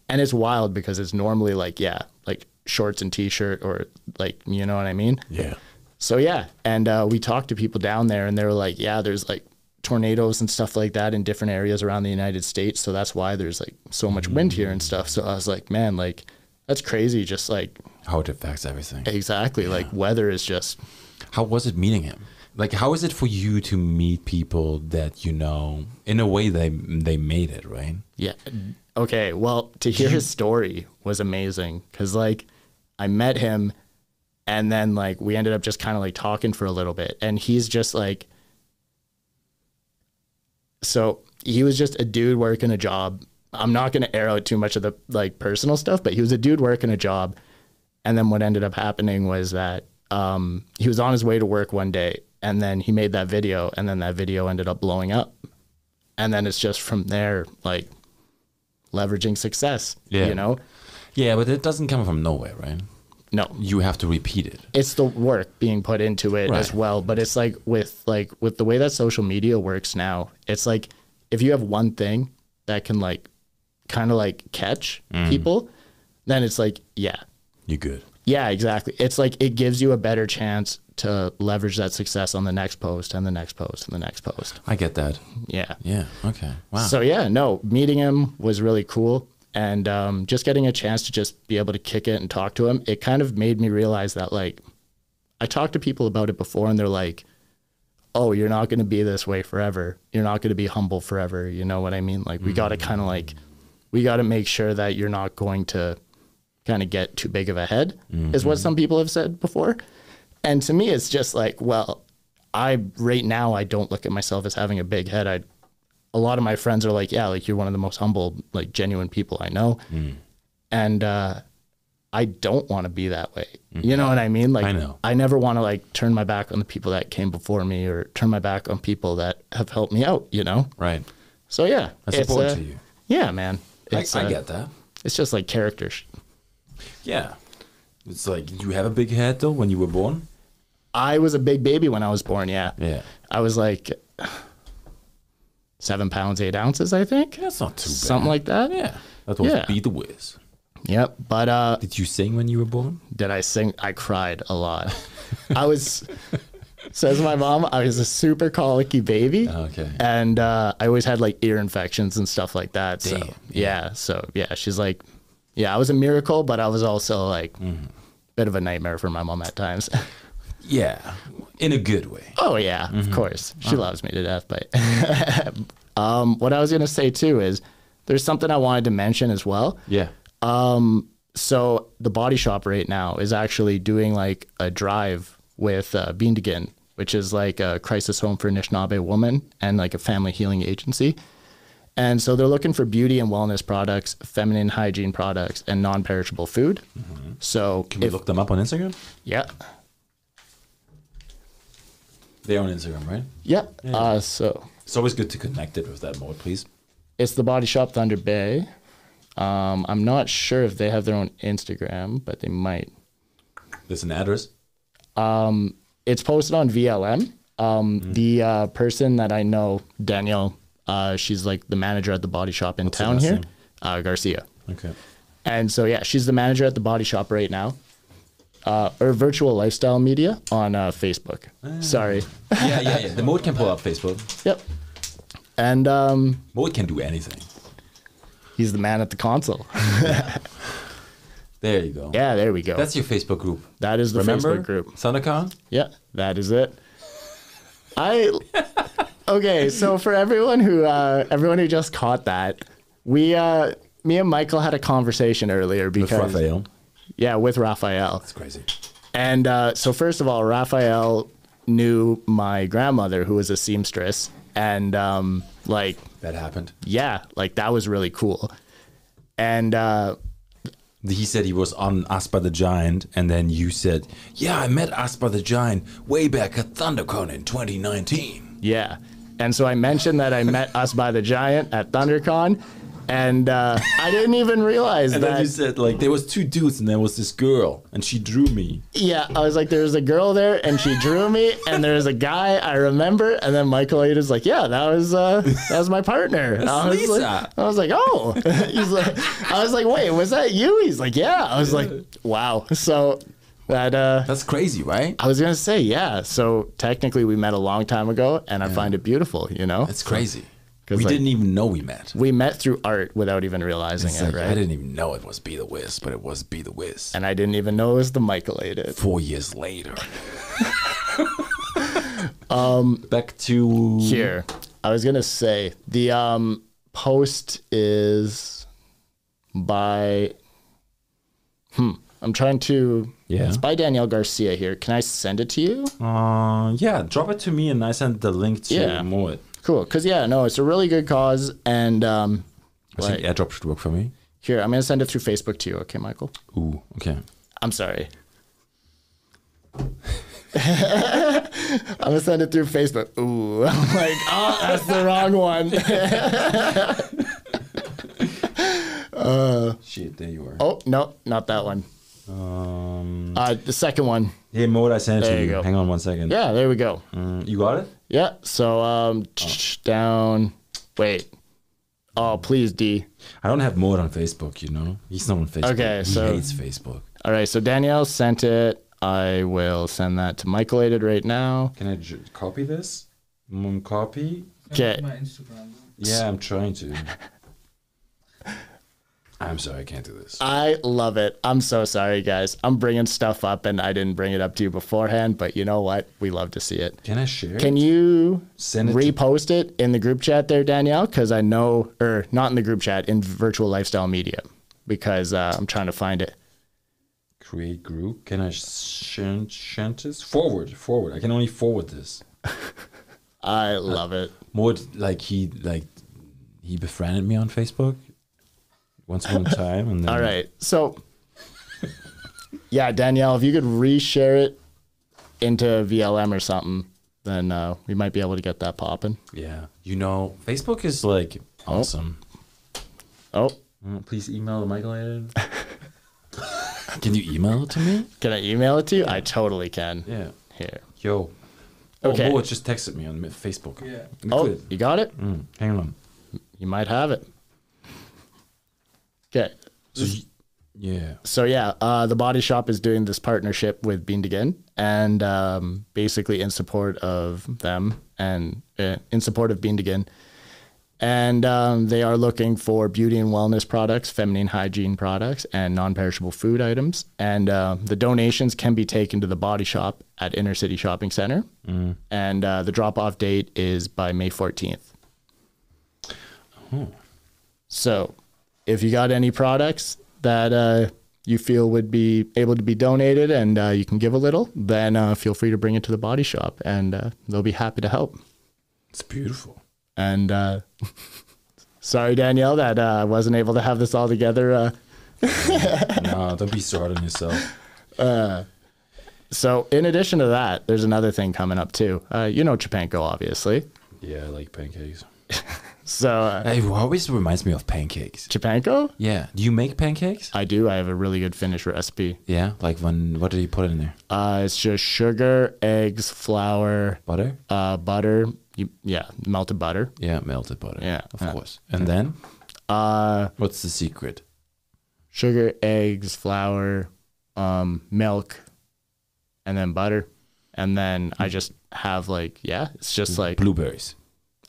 [SPEAKER 3] and it's wild because it's normally like yeah, like shorts and t-shirt or like you know what I mean?
[SPEAKER 1] Yeah.
[SPEAKER 3] So yeah, and uh, we talked to people down there, and they were like, "Yeah, there's like tornadoes and stuff like that in different areas around the United States, so that's why there's like so much wind here and stuff." So I was like, "Man, like that's crazy." Just like
[SPEAKER 1] How it affects everything.
[SPEAKER 3] exactly, like weather is just
[SPEAKER 1] How was it meeting him? Like, how is it for you to meet people that you know? In a way, they they made it right.
[SPEAKER 3] yeah. Okay, well, to hear his story was amazing because like I met him, and then like we ended up just kind of like talking for a little bit, and he's just like so he was just a dude working a job. I'm not going to air out too much of the like personal stuff, but he was a dude working a job. And then what ended up happening was that um, he was on his way to work one day, and then he made that video, and then that video ended up blowing up. And then it's just from there, like leveraging success.
[SPEAKER 1] Yeah.
[SPEAKER 3] You know,
[SPEAKER 1] Yeah, but it doesn't come from nowhere, right?
[SPEAKER 3] no,
[SPEAKER 1] You have to repeat it.
[SPEAKER 3] it's the work being put into it as
[SPEAKER 1] Right.
[SPEAKER 3] well but it's like with like with the way that social media works now it's like if you have one thing that can like kind of like catch people then it's like yeah
[SPEAKER 1] You're good.
[SPEAKER 3] yeah exactly it's like it gives you a better chance to leverage that success on the next post and the next post and the next post
[SPEAKER 1] I get that.
[SPEAKER 3] yeah
[SPEAKER 1] Yeah. Okay. Wow.
[SPEAKER 3] so yeah, no, meeting him was really cool, and um, just getting a chance to just be able to kick it and talk to him, it kind of made me realize that like, I talked to people about it before, and they're like, "Oh, you're not going to be this way forever. You're not going to be humble forever." You know what I mean? Like, we got to kind of like, we got to make sure that you're not going to kind of get too big of a head, is
[SPEAKER 1] Mm-hmm.
[SPEAKER 3] what some people have said before. And to me, it's just like, well, I right now I don't look at myself as having a big head. I a lot of my friends are like, yeah, like you're one of the most humble, like genuine people I know.
[SPEAKER 1] Mm.
[SPEAKER 3] And uh, I don't want to be that way. You know what I mean? Like,
[SPEAKER 1] Mm. I know.
[SPEAKER 3] I never want to like turn my back on the people that came before me or turn my back on people that have helped me out, you know?
[SPEAKER 1] right.
[SPEAKER 3] So yeah.
[SPEAKER 1] That's
[SPEAKER 3] it's,
[SPEAKER 1] important
[SPEAKER 3] uh,
[SPEAKER 1] to you.
[SPEAKER 3] Yeah, man.
[SPEAKER 1] I,
[SPEAKER 3] It's,
[SPEAKER 1] I
[SPEAKER 3] uh,
[SPEAKER 1] get that.
[SPEAKER 3] it's just like character. sh-
[SPEAKER 1] Yeah. It's like did you have a big head though when you were born.
[SPEAKER 3] I was a big baby when I was born. Yeah.
[SPEAKER 1] Yeah.
[SPEAKER 3] I was like seven pounds, eight ounces, I think.
[SPEAKER 1] That's not too bad.
[SPEAKER 3] Something like that.
[SPEAKER 1] yeah. That was
[SPEAKER 3] Yeah.
[SPEAKER 1] be the whiz.
[SPEAKER 3] Yep. But uh,
[SPEAKER 1] Did you sing when you were born?
[SPEAKER 3] did I sing? I cried a lot.
[SPEAKER 1] *laughs*
[SPEAKER 3] I was, says my mom, I was a super colicky baby.
[SPEAKER 1] Okay.
[SPEAKER 3] And uh, I always had like ear infections and stuff like that.
[SPEAKER 1] Damn,
[SPEAKER 3] So, yeah. So, yeah, she's like, yeah, I was a miracle, but I was also like,
[SPEAKER 1] Mm-hmm.
[SPEAKER 3] bit of a nightmare for my mom at times. *laughs*
[SPEAKER 1] Yeah. In a good way.
[SPEAKER 3] Oh yeah, of
[SPEAKER 1] Mm-hmm.
[SPEAKER 3] course.
[SPEAKER 1] Uh-huh.
[SPEAKER 3] She loves me to death, but *laughs* um, what I was gonna say too is there's something I wanted to mention as well.
[SPEAKER 1] Yeah.
[SPEAKER 3] So the body shop right now is actually doing like a drive with uh, Bindigan, which is like a crisis home for Anishinaabe woman and like a family healing agency. And so they're looking for beauty and wellness products, feminine hygiene products, and non-perishable food. So
[SPEAKER 1] Mm-hmm. Can we
[SPEAKER 3] if,
[SPEAKER 1] look them up on Instagram?
[SPEAKER 3] yeah,
[SPEAKER 1] They're on Instagram, right?
[SPEAKER 3] yeah. Uh, so
[SPEAKER 1] It's always good to connect it with that more, please.
[SPEAKER 3] it's the Body Shop Thunder Bay. Um, I'm not sure if they have their own Instagram, but they might.
[SPEAKER 1] There's an address.
[SPEAKER 3] It's posted on VLM. Um,
[SPEAKER 1] Mm-hmm.
[SPEAKER 3] The uh, person that I know, Danielle, uh, she's like the manager at the body shop in
[SPEAKER 1] her
[SPEAKER 3] town
[SPEAKER 1] last
[SPEAKER 3] here,
[SPEAKER 1] name?
[SPEAKER 3] uh, Garcia.
[SPEAKER 1] Okay.
[SPEAKER 3] And so, yeah, she's the manager at the body shop right now, uh, or Virtual Lifestyle Media on uh, Facebook.
[SPEAKER 1] Ah.
[SPEAKER 3] Sorry.
[SPEAKER 1] *laughs*
[SPEAKER 3] *laughs*
[SPEAKER 1] Yeah, yeah, yeah. The mode can pull up Facebook.
[SPEAKER 3] Yep. And um,
[SPEAKER 1] Mode can do anything.
[SPEAKER 3] he's the man at the console.
[SPEAKER 1] There you go.
[SPEAKER 3] yeah, there we go.
[SPEAKER 1] That's your Facebook group.
[SPEAKER 3] that is the
[SPEAKER 1] Remember?
[SPEAKER 3] Facebook group.
[SPEAKER 1] Sonicon?
[SPEAKER 3] Yeah, that is it. I okay. So for everyone who uh, everyone who just caught that, we uh, me and Michael had a conversation earlier because
[SPEAKER 1] Raphael.
[SPEAKER 3] yeah, with Raphael.
[SPEAKER 1] It's crazy.
[SPEAKER 3] And uh, so first of all, Raphael knew my grandmother who was a seamstress and um like
[SPEAKER 1] That happened.
[SPEAKER 3] yeah, like that was really cool. And uh
[SPEAKER 1] He said he was on Aspa the Giant, and then you said, "Yeah, I met Aspa the Giant way back at ThunderCon in 2019."
[SPEAKER 3] yeah. And so I mentioned that I met us by the giant at ThunderCon and uh I didn't even realize
[SPEAKER 1] And then
[SPEAKER 3] that
[SPEAKER 1] you said, like, there was two dudes, and there was this girl, and she drew me.
[SPEAKER 3] Yeah, I was like, there's a girl there, and she drew me, and there's a guy I remember, and then Michael Aid is like, yeah, that was uh, that was my
[SPEAKER 1] *laughs*
[SPEAKER 3] partner. And I was
[SPEAKER 1] Lisa.
[SPEAKER 3] like, I was like, oh, *laughs* he's like, I was like, wait, was that you? He's like, yeah. I was like, wow. So that uh,
[SPEAKER 1] That's crazy, right?
[SPEAKER 3] I was gonna say, yeah. So technically, we met a long time ago, and I find it beautiful. You know,
[SPEAKER 1] That's crazy.
[SPEAKER 3] 'Cause,
[SPEAKER 1] We
[SPEAKER 3] like-
[SPEAKER 1] didn't even know we met.
[SPEAKER 3] we met through art without even realizing
[SPEAKER 1] It's
[SPEAKER 3] it,
[SPEAKER 1] like,
[SPEAKER 3] right?
[SPEAKER 1] I didn't even know it was Be the Wiz, but it was Be the Wiz.
[SPEAKER 3] and I didn't even know it was the Michael Aid.
[SPEAKER 1] Four years
[SPEAKER 3] *laughs*
[SPEAKER 1] later. um, back to
[SPEAKER 3] here. Mm-hmm. I was gonna say the um, post is by. Hmm. I'm trying to.
[SPEAKER 1] Yeah.
[SPEAKER 3] It's by Danielle Garcia here. Can I send it to you?
[SPEAKER 1] Uh, yeah, drop it to me, and I send the link to
[SPEAKER 3] Yeah.
[SPEAKER 1] Moet.
[SPEAKER 3] Cool. Cause yeah, no, it's a really good cause, and um,
[SPEAKER 1] I
[SPEAKER 3] like,
[SPEAKER 1] think AirDrop should work for me.
[SPEAKER 3] here I'm gonna send it through Facebook to you. Okay, Michael.
[SPEAKER 1] Ooh, okay.
[SPEAKER 3] I'm sorry. *laughs* I'm gonna send it through Facebook. Ooh, *laughs* I'm like, oh, that's the wrong one. *laughs*
[SPEAKER 1] Shit, there you are.
[SPEAKER 3] oh no, not that one.
[SPEAKER 1] Um,
[SPEAKER 3] Uh, the second one.
[SPEAKER 1] hey, Moet, I sent it
[SPEAKER 3] There
[SPEAKER 1] to
[SPEAKER 3] you
[SPEAKER 1] you.
[SPEAKER 3] go.
[SPEAKER 1] Hang on one second.
[SPEAKER 3] Yeah, there we go.
[SPEAKER 1] Mm, you got it?
[SPEAKER 3] Yeah. So
[SPEAKER 1] Oh.
[SPEAKER 3] um, tch, down. Wait. Oh, please, D.
[SPEAKER 1] I don't have Moet on Facebook, you know? He's not on Facebook.
[SPEAKER 3] Okay,
[SPEAKER 1] he
[SPEAKER 3] so-
[SPEAKER 1] hates Facebook.
[SPEAKER 3] All right. So Danielle sent it. I will send that to Michael Aided right now.
[SPEAKER 1] Can I j- copy this? Mm, copy?
[SPEAKER 3] Okay.
[SPEAKER 2] My Instagram.
[SPEAKER 1] Yeah, I'm trying
[SPEAKER 3] *laughs*
[SPEAKER 1] to. I'm sorry, I can't do this.
[SPEAKER 3] I love it. I'm so sorry, guys. I'm bringing stuff up, and I didn't bring it up to you beforehand. But you know what? We love to see it.
[SPEAKER 1] Can I share?
[SPEAKER 3] Can you
[SPEAKER 1] Send it to-
[SPEAKER 3] repost it in the group chat there, Danielle? Because I know, or not in the group chat, in virtual lifestyle media, because uh, I'm trying to find it.
[SPEAKER 1] Create group. Can I shant, shant this? Forward, forward. I can only forward this.
[SPEAKER 3] I love it.
[SPEAKER 1] More like he like he befriended me on Facebook once upon a
[SPEAKER 3] *laughs*
[SPEAKER 1] time, and then
[SPEAKER 3] All right. So, yeah, Danielle, if you could reshare it into VLM or something, then uh, we might be able to get that popping.
[SPEAKER 1] yeah, you know, Facebook is like awesome.
[SPEAKER 3] Oh,
[SPEAKER 1] Mm, Please email Michael. *laughs* can you email it to me?
[SPEAKER 3] can I email it to you? I totally can.
[SPEAKER 1] Yeah.
[SPEAKER 3] Here.
[SPEAKER 1] Yo.
[SPEAKER 3] Okay.
[SPEAKER 1] Oh, Moritz just texted me on Facebook.
[SPEAKER 2] Yeah.
[SPEAKER 3] Oh,
[SPEAKER 1] Good.
[SPEAKER 3] you got it?
[SPEAKER 1] Mm, hang on.
[SPEAKER 3] You might have it. Okay.
[SPEAKER 1] So y- yeah.
[SPEAKER 3] so yeah, uh, the Body Shop is doing this partnership with Bean Again, and um, basically in support of them and uh, in support of Bean Again, and um, they are looking for beauty and wellness products, feminine hygiene products, and non-perishable food items. And uh, the donations can be taken to the Body Shop at Inner City Shopping Center, and uh, the drop-off date is by May fourteenth. So, if you got any products that uh, you feel would be able to be donated and uh, you can give a little, then uh, feel free to bring it to the body shop and uh, they'll be happy to help.
[SPEAKER 1] It's beautiful.
[SPEAKER 3] And uh, *laughs* sorry, Danielle, that uh, I wasn't able to have this all together. Uh,
[SPEAKER 1] no, don't be so hard on yourself.
[SPEAKER 3] so, in addition to that, there's another thing coming up too. Uh, you know Chapanko, obviously.
[SPEAKER 1] Yeah, I like pancakes.
[SPEAKER 3] So, uh,
[SPEAKER 1] It always reminds me of pancakes.
[SPEAKER 3] Chapanko,
[SPEAKER 1] Yeah. Do you make pancakes?
[SPEAKER 3] I do. I have a really good Finnish recipe.
[SPEAKER 1] Yeah. Like when what do you put in there?
[SPEAKER 3] Uh, it's just sugar, eggs, flour,
[SPEAKER 1] Butter?
[SPEAKER 3] uh, butter. You, yeah, melted butter.
[SPEAKER 1] Yeah, melted butter.
[SPEAKER 3] Yeah,
[SPEAKER 1] Of
[SPEAKER 3] yeah.
[SPEAKER 1] course. And then?
[SPEAKER 3] Uh,
[SPEAKER 1] What's the secret?
[SPEAKER 3] sugar, eggs, flour, um, milk, and then butter. And then I just have like, yeah, it's just like,
[SPEAKER 1] Blueberries.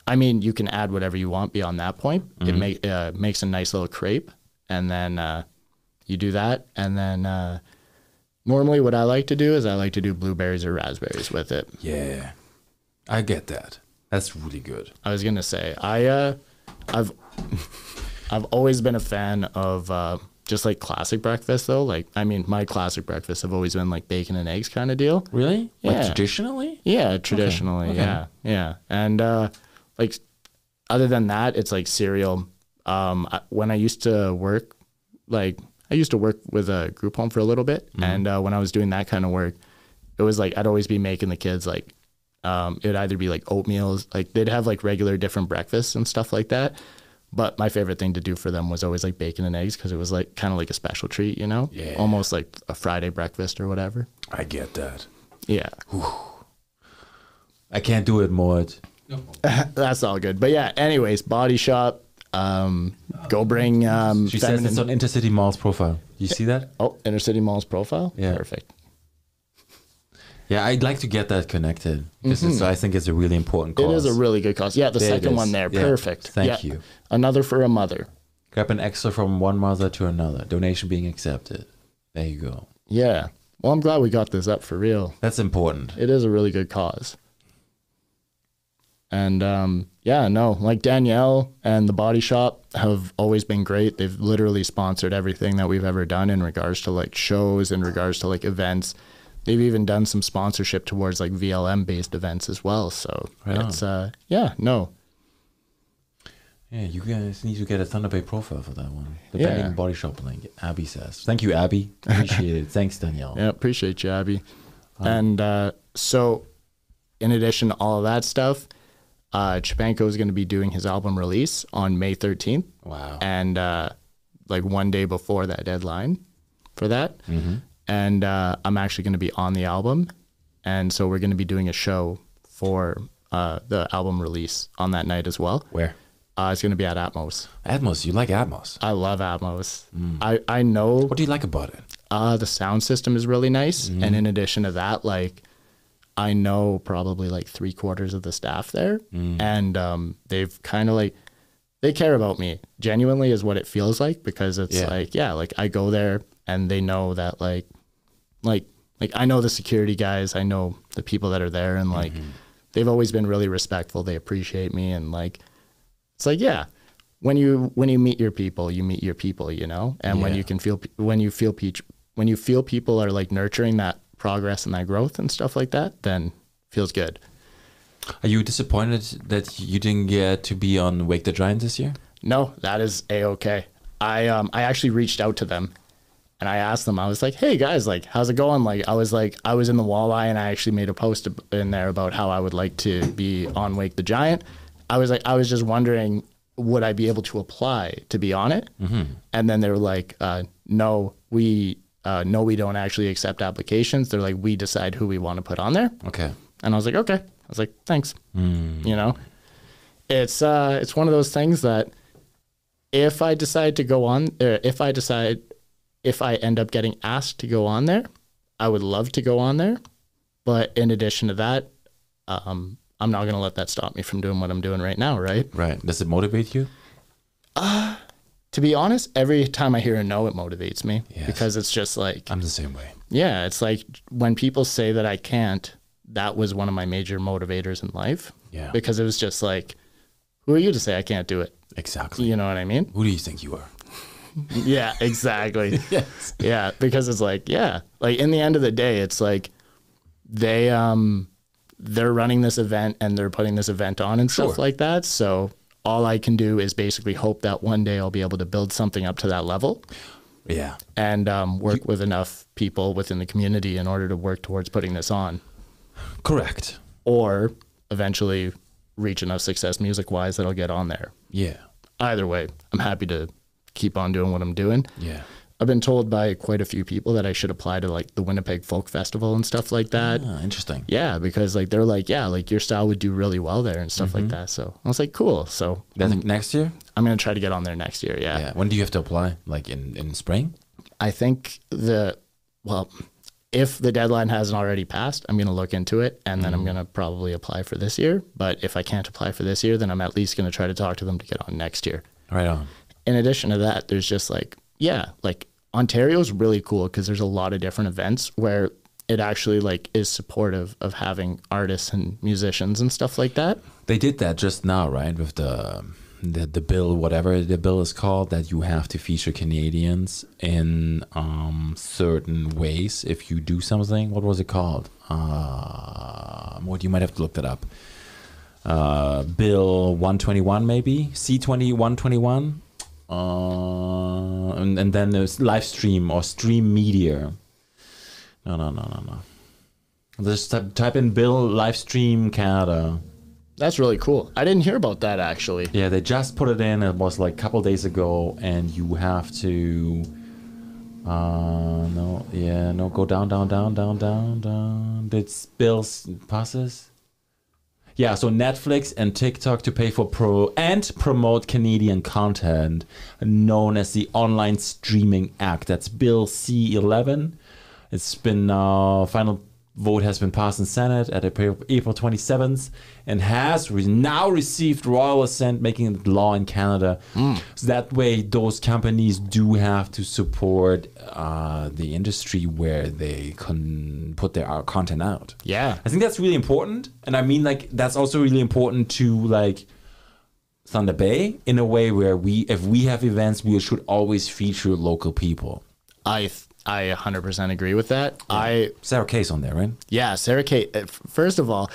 [SPEAKER 3] I mean, you can add whatever you want beyond that point. It make, uh, makes a nice little crepe. And then uh, you do that. And then uh, normally what I like to do is I like to do blueberries or raspberries with it.
[SPEAKER 1] Yeah. I get that. That's really good.
[SPEAKER 3] I was *laughs* gonna say I uh, I've I've always been a fan of uh, just like classic breakfast though. Like I mean, my classic breakfasts have always been like bacon and eggs kind of deal.
[SPEAKER 1] Really? Like
[SPEAKER 3] Yeah.
[SPEAKER 1] traditionally?
[SPEAKER 3] Yeah, traditionally.
[SPEAKER 1] okay.
[SPEAKER 3] Yeah. Yeah. And uh like other than that, it's like cereal. Um I, when I used to work like I used to work with a group home for a little
[SPEAKER 1] Mm-hmm.
[SPEAKER 3] bit and uh, when I was doing that kind of work, it was like I'd always be making the kids like um it would either be like oatmeals, like they'd have like regular different breakfasts and stuff like that. But my favorite thing to do for them was always like bacon and eggs because it was like kind of like a special treat, you know?
[SPEAKER 1] Yeah.
[SPEAKER 3] Almost like a Friday breakfast or whatever.
[SPEAKER 1] I get that.
[SPEAKER 3] Yeah.
[SPEAKER 1] I can't do it, Mort.
[SPEAKER 3] That's all good. But yeah, anyways, body shop. Um, go bring um,
[SPEAKER 1] She
[SPEAKER 3] feminine.
[SPEAKER 1] says it's on Intercity Mall's profile. Do you see that?
[SPEAKER 3] oh, inner city malls profile.
[SPEAKER 1] Yeah.
[SPEAKER 3] perfect.
[SPEAKER 1] *laughs* Yeah, I'd like to get that connected because it's, I think it's Mm-hmm. a really important
[SPEAKER 3] It
[SPEAKER 1] cause.
[SPEAKER 3] is a really good cause. Yeah, the
[SPEAKER 1] There it
[SPEAKER 3] second
[SPEAKER 1] is.
[SPEAKER 3] one there.
[SPEAKER 1] Yeah.
[SPEAKER 3] Perfect.
[SPEAKER 1] Thank
[SPEAKER 3] Yeah.
[SPEAKER 1] you.
[SPEAKER 3] Another for a mother.
[SPEAKER 1] Grab an extra from one mother to another. Donation being accepted. There you go.
[SPEAKER 3] Yeah. Well, I'm glad we got this up for real.
[SPEAKER 1] That's important.
[SPEAKER 3] It is a really good cause. And um, yeah, no, like Danielle and the Body Shop have always been great. They've literally sponsored everything that we've ever done in regards to like shows, in regards to like events. They've even done some sponsorship towards like VLM based events as well. So
[SPEAKER 1] Right on.
[SPEAKER 3] it's uh, yeah, no,
[SPEAKER 1] Yeah, you guys need to get a Thunder Bay profile for that one. The
[SPEAKER 3] Yeah.
[SPEAKER 1] Bending Body Shop link. Abby says. Thank you, Abby. Appreciate *laughs* it. Thanks, Danielle.
[SPEAKER 3] Yeah, appreciate you, Abby.
[SPEAKER 1] Uh-huh.
[SPEAKER 3] and uh, so, in addition to all of that stuff, uh, Chipanko is going to be doing his album release on May 13th.
[SPEAKER 1] Wow.
[SPEAKER 3] And uh, like one day before that deadline for that.
[SPEAKER 1] Mm-hmm.
[SPEAKER 3] And uh, I'm actually going to be on the album. And so, we're going to be doing a show for uh, the album release on that night as well.
[SPEAKER 1] Where?
[SPEAKER 3] Uh, it's going to be at Atmos.
[SPEAKER 1] Atmos. You like Atmos.
[SPEAKER 3] I love Atmos. I, I know
[SPEAKER 1] Mm. What do you like about it?
[SPEAKER 3] uh, the sound system is really nice. And in addition to that, like I know probably like three quarters of the staff there, and um, they've kind of like they care about me genuinely is what it feels like because it's
[SPEAKER 1] Yeah.
[SPEAKER 3] like yeah, like I go there and they know that like like like I know the security guys, I know the people that are there, and like they've always been really respectful. They appreciate me, and like it's like yeah, when you when you meet your people, you meet your people, you know, and when
[SPEAKER 1] Yeah.
[SPEAKER 3] you can feel pe- when you feel peach when you feel people are like nurturing that progress and that growth and stuff like that, then feels good.
[SPEAKER 1] Are you disappointed that you didn't get to be on Wake the Giant this year?
[SPEAKER 3] No, that is a okay. I um I actually reached out to them and I asked them, I was like, Hey guys, like how's it going? Like I was like I was in the walleye and I actually made a post ab- in there about how I would like to be on Wake the Giant. I was like I was just wondering would I be able to apply to be on it? And then they were like, uh, no, we uh, no, we don't actually accept applications. They're like, we decide who we want to put on there.
[SPEAKER 1] Okay.
[SPEAKER 3] And I was like, okay. I was like, thanks. You know, it's uh, it's one of those things that if I decide to go on, or if I decide, if I end up getting asked to go on there, I would love to go on there. But in addition to that, um, I'm not gonna let that stop me from doing what I'm doing right now, right?
[SPEAKER 1] Right. Does it motivate you?
[SPEAKER 3] To be honest, every time I hear a no, it motivates me
[SPEAKER 1] Yes.
[SPEAKER 3] because it's just like
[SPEAKER 1] I'm the same way.
[SPEAKER 3] yeah, it's like when people say that I can't, that was one of my major motivators in life.
[SPEAKER 1] Yeah.
[SPEAKER 3] Because it was just like, who are you to say I can't do it?
[SPEAKER 1] Exactly.
[SPEAKER 3] You know what I mean?
[SPEAKER 1] *laughs* Who do you think you are?
[SPEAKER 3] yeah, exactly.
[SPEAKER 1] Yes.
[SPEAKER 3] *laughs* yeah, because it's like, yeah, like in the end of the day, it's like they um they're running this event and they're putting this event on and
[SPEAKER 1] Sure.
[SPEAKER 3] stuff like that. So all I can do is basically hope that one day I'll be able to build something up to that level
[SPEAKER 1] Yeah.
[SPEAKER 3] and um, work with enough people within the community in order to work towards putting this on.
[SPEAKER 1] Correct.
[SPEAKER 3] or eventually reach enough success music wise that I'll get on there.
[SPEAKER 1] Yeah.
[SPEAKER 3] Either way, I'm happy to keep on doing what I'm doing.
[SPEAKER 1] Yeah.
[SPEAKER 3] I've been told by quite a few people that I should apply to like the Winnipeg Folk Festival and stuff like that.
[SPEAKER 1] Ah, interesting.
[SPEAKER 3] Yeah, because like they're like, yeah, like your style would do really well there and stuff like that. So I was like, cool. So
[SPEAKER 1] That's next year?
[SPEAKER 3] I'm gonna try to get on there next year. Yeah.
[SPEAKER 1] Yeah. When do you have to apply? Like in, in spring?
[SPEAKER 3] I think the well, if the deadline hasn't already passed, I'm gonna look into it and then I'm gonna probably apply for this year. But if I can't apply for this year, then I'm at least gonna try to talk to them to get on next year.
[SPEAKER 1] Right on.
[SPEAKER 3] in addition to that, there's just like, yeah, like Ontario's really cool because there's a lot of different events where it actually like is supportive of having artists and musicians and stuff like that.
[SPEAKER 1] They did that just now, right? With the the, the bill, whatever the bill is called, that you have to feature Canadians in um, certain ways if you do something. What was it called? Uh, what you might have to look that up. Uh, bill 121, maybe C20 121. Uh, and, and then there's live stream or stream media. No, no, no, no, no. Just type, type in Bill live stream Canada.
[SPEAKER 3] That's really cool. I didn't hear about that actually.
[SPEAKER 1] Yeah, they just put it in. It was like a couple days ago, and you have to. Uh, no, yeah, no, go down, down, down, down, down, down. It's bills passes. Yeah, so Netflix and TikTok to pay for pro and promote Canadian content, known as the Online Streaming Act. That's Bill C11. It's been uh, final vote has been passed in Senate at April 27th and has re- now received royal assent, making it law in Canada. So that way, those companies do have to support uh, the industry where they can put their uh, content out.
[SPEAKER 3] Yeah.
[SPEAKER 1] I think that's really important, and I mean like that's also really important to like Thunder Bay in a way where we, if we have events, we should always feature local people.
[SPEAKER 3] I th- I 100% agree with that. I
[SPEAKER 1] Sarah Kay's on there, right?
[SPEAKER 3] Yeah, Sarah Kay. uh, f- First of all,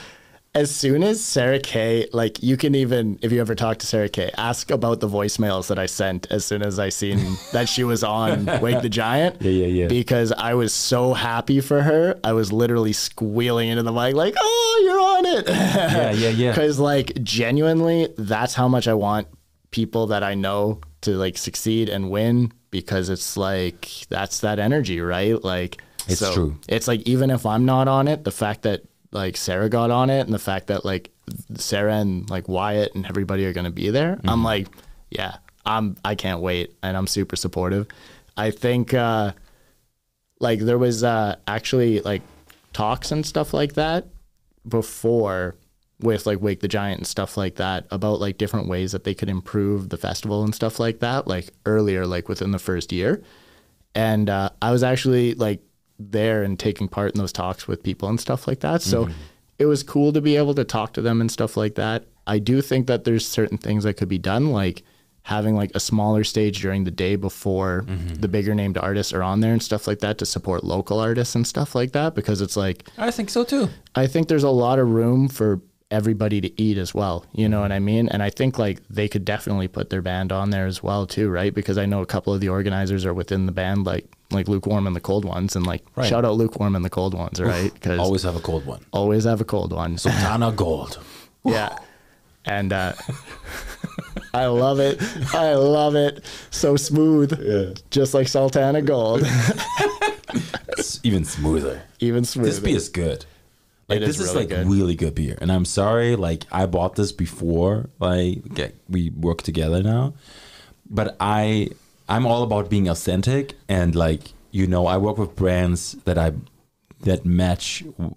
[SPEAKER 3] as soon as Sarah Kay, like you can even if you ever talk to Sarah Kay, ask about the voicemails that I sent as soon as
[SPEAKER 1] *laughs*
[SPEAKER 3] I seen that she was on Wake the Giant.
[SPEAKER 1] yeah, yeah.
[SPEAKER 3] Because I was so happy for her, I was literally squealing into the mic like, "Oh, you're on it!"
[SPEAKER 1] Yeah, yeah,
[SPEAKER 3] *laughs*
[SPEAKER 1] yeah.
[SPEAKER 3] Because like genuinely, that's how much I want people that I know to like succeed and win. Because it's like that's that energy, right? Like
[SPEAKER 1] It's true.
[SPEAKER 3] It's like even if I'm not on it, the fact that like Sarah got on it and the fact that like Sarah and like Wyatt and everybody are gonna be there,
[SPEAKER 1] Mm-hmm.
[SPEAKER 3] I'm like, yeah, I'm I can't wait, and I'm super supportive. I think. uh like there was uh, actually like talks and stuff like that before with like Wake the Giant and stuff like that about like different ways that they could improve the festival and stuff like that like earlier like within the first year and uh, I was actually like there and taking part in those talks with people and stuff like that so it was cool to be able to talk to them and stuff like that I do think that there's certain things that could be done like having like a smaller stage during the day before the bigger named artists are on there and stuff like that to support local artists and stuff like that because it's like
[SPEAKER 1] I think so too.
[SPEAKER 3] I think there's a lot of room for everybody to eat as well. You know what I mean? And I think like they could definitely put their band on there as well too, right? Because I know a couple of the organizers are within the band, like like lukewarm and the cold ones, and like
[SPEAKER 1] Right.
[SPEAKER 3] shout out lukewarm and the cold ones, right? Because always.
[SPEAKER 1] Always have a cold one.
[SPEAKER 3] have a cold one.
[SPEAKER 1] Sultana Gold.
[SPEAKER 3] *laughs* yeah, and uh, I love it. I love it. So smooth, just like Sultana Gold, *laughs*
[SPEAKER 1] It's even smoother.
[SPEAKER 3] even smoother.
[SPEAKER 1] This beer is good. Like
[SPEAKER 3] It is
[SPEAKER 1] this is
[SPEAKER 3] really
[SPEAKER 1] like
[SPEAKER 3] good.
[SPEAKER 1] really good beer. And I'm sorry, like I bought this before like okay, we work together now. But I I'm all about being authentic and like you know, I work with brands that I that match w-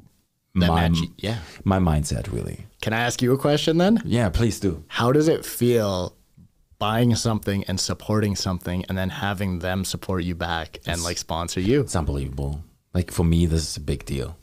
[SPEAKER 1] my
[SPEAKER 3] match- yeah.
[SPEAKER 1] my mindset really.
[SPEAKER 3] Can I ask you a question then?
[SPEAKER 1] Yeah, please do.
[SPEAKER 3] how does it feel buying something and supporting something and then having them support you back and like sponsor you?
[SPEAKER 1] It's unbelievable. Like for me this is a big deal.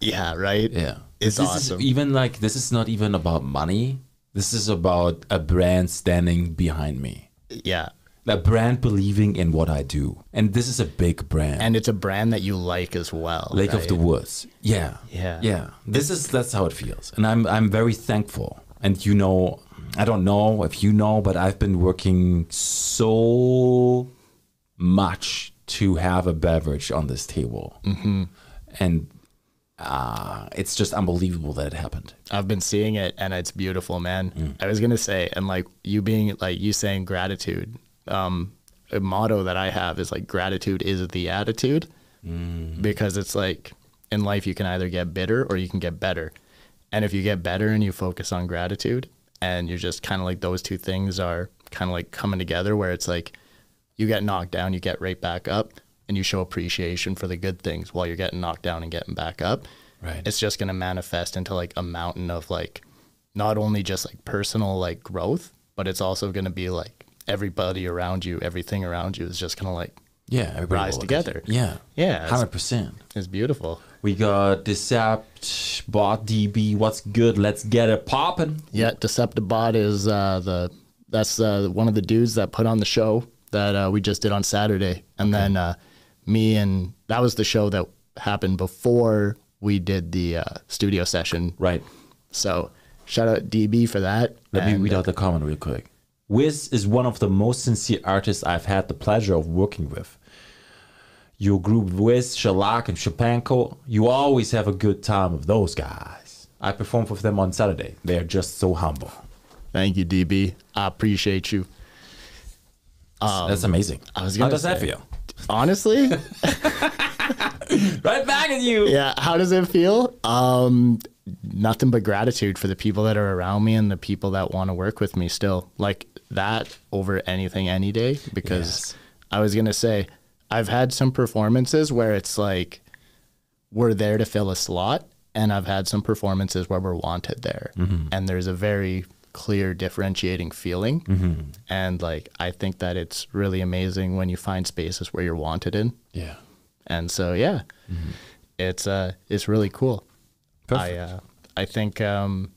[SPEAKER 3] Yeah, right?
[SPEAKER 1] Yeah.
[SPEAKER 3] It's
[SPEAKER 1] this
[SPEAKER 3] awesome.
[SPEAKER 1] Is even like this is not even about money. This is about a brand standing behind me.
[SPEAKER 3] Yeah.
[SPEAKER 1] A brand believing in what I do. And this is a big brand.
[SPEAKER 3] And it's a brand that you like as well.
[SPEAKER 1] Lake of
[SPEAKER 3] right?
[SPEAKER 1] the Woods. Yeah.
[SPEAKER 3] Yeah.
[SPEAKER 1] Yeah. This is that's how it feels. And I'm I'm very thankful. And you know, I don't know if you know, but I've been working so much to have a beverage on this table. Mm-hmm. And uh, it's just unbelievable that it happened.
[SPEAKER 3] I've been seeing it and it's beautiful, man.
[SPEAKER 1] Mm.
[SPEAKER 3] I was gonna say, and like you being like you saying gratitude, um, a motto that I have is like gratitude is the attitude because it's like in life you can either get bitter or you can get better. And if you get better and you focus on gratitude and you're just kind of like those two things are kind of like coming together where it's like you get knocked down, you get right back up and you show appreciation for the good things while you're getting knocked down and getting back up
[SPEAKER 1] Right.
[SPEAKER 3] it's just going to manifest into like a mountain of like not only just like personal like growth but it's also going to be like everybody around you everything around you is just going to like
[SPEAKER 1] Yeah, everybody
[SPEAKER 3] Rise
[SPEAKER 1] will look at
[SPEAKER 3] together.
[SPEAKER 1] you. Yeah,
[SPEAKER 3] Yeah, it's-
[SPEAKER 1] hundred percent.
[SPEAKER 3] it's beautiful
[SPEAKER 1] We got Decept, Bot DB. What's good? Let's get it popping.
[SPEAKER 3] yeah deceptibot is uh the That's uh, one of the dudes that put on the show that uh, we just did on Saturday, and then uh, me and that was the show that happened before we did the uh, studio session.
[SPEAKER 1] Right.
[SPEAKER 3] So shout out DB for that.
[SPEAKER 1] Let me
[SPEAKER 3] And,
[SPEAKER 1] read out the comment real quick. Wiz is one of the most sincere artists I've had the pleasure of working with. Your group Wiz, Shalak, and Shapanko, you always have a good time with those guys. I performed with them on Saturday. They are just so humble.
[SPEAKER 3] Thank you, DB. I appreciate you.
[SPEAKER 1] That's amazing.
[SPEAKER 3] Um, I was
[SPEAKER 1] How
[SPEAKER 3] gonna
[SPEAKER 1] does that
[SPEAKER 3] say.
[SPEAKER 1] feel?
[SPEAKER 3] Honestly,
[SPEAKER 1] Right back at you.
[SPEAKER 3] *laughs* yeah. How does it feel? Um, nothing but gratitude for the people that are around me and the people that want to work with me. Still, like that over anything any day. Because
[SPEAKER 1] Yes.
[SPEAKER 3] I was gonna say, I've had some performances where it's like we're there to fill a slot, and I've had some performances where we're wanted there,
[SPEAKER 1] Mm-hmm.
[SPEAKER 3] and there's a very clear differentiating feeling.
[SPEAKER 1] Mm-hmm.
[SPEAKER 3] And like, I think that it's really amazing when you find spaces where you're wanted in.
[SPEAKER 1] Yeah.
[SPEAKER 3] And so yeah, it's uh it's really cool.
[SPEAKER 1] Perfect.
[SPEAKER 3] I uh, I think um,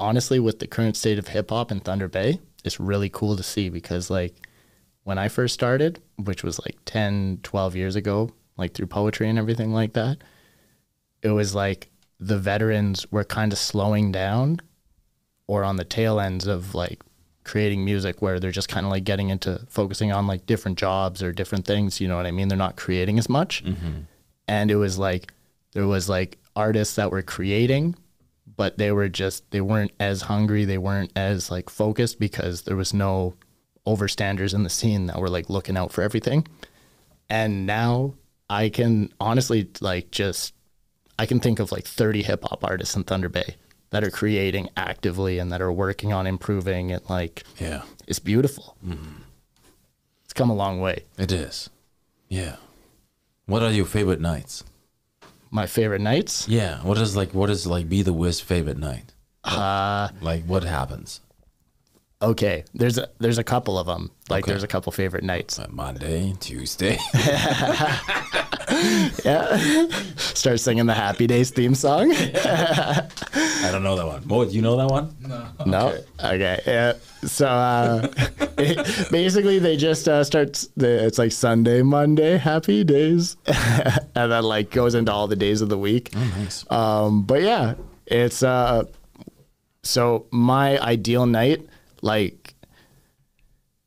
[SPEAKER 3] honestly with the current state of hip hop in Thunder Bay, it's really cool to see because like when I first started, which was like 10, 12 years ago, like through poetry and everything like that, it was like the veterans were kind of slowing down or on the tail ends of like creating music where they're just kind of like getting into focusing on like different jobs or different things you know what i mean they're not creating as much and it was like there was like artists that were creating but they were just they weren't as hungry they weren't as like focused because there was no overstanders in the scene that were like looking out for everything and now i can honestly like just i can think of like 30 hip-hop artists in thunder bay that are creating actively and that are working on improving and like
[SPEAKER 1] yeah.
[SPEAKER 3] it's beautiful it's come a long way
[SPEAKER 1] It is. Yeah. What are your favorite nights?
[SPEAKER 3] my favorite nights
[SPEAKER 1] Yeah. What is like what is like be the Wiz favorite night? Uh like what happens?
[SPEAKER 3] okay there's a there's a couple of them like
[SPEAKER 1] Okay.
[SPEAKER 3] there's a couple favorite nights
[SPEAKER 1] Uh, Monday, Tuesday. *laughs*
[SPEAKER 3] start singing the happy days theme song
[SPEAKER 1] I don't know that one. Mo, do you know that one?
[SPEAKER 3] No. Okay. Yeah. So uh, *laughs* basically, they just uh, start. The, it's like Sunday, Monday, happy days, *laughs* and then like goes into all the days of the week.
[SPEAKER 1] Nice.
[SPEAKER 3] Um, but yeah, it's uh, so my ideal night, like,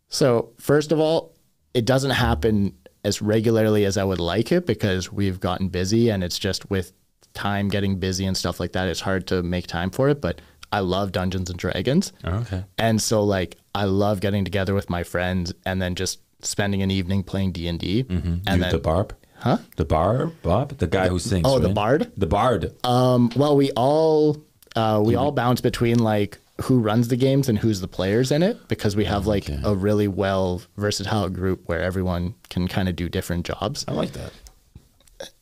[SPEAKER 3] so first of all, it doesn't happen as regularly as I would like it because we've gotten busy and it's just with time getting busy and stuff like that, it's hard to make time for it. But I love Dungeons and Dragons.
[SPEAKER 1] Okay.
[SPEAKER 3] And so like I love getting together with my friends and then just spending an evening playing D and D. And
[SPEAKER 1] you,
[SPEAKER 3] then
[SPEAKER 1] the barb? Huh? The barb? Bob? The guy who sings.
[SPEAKER 3] Oh, the
[SPEAKER 1] right?
[SPEAKER 3] bard?
[SPEAKER 1] The bard.
[SPEAKER 3] um, well, we all uh, we all bounce between like who runs the games and who's the players in it because we have like a really well versatile group where everyone can kind of do different jobs.
[SPEAKER 1] I like that.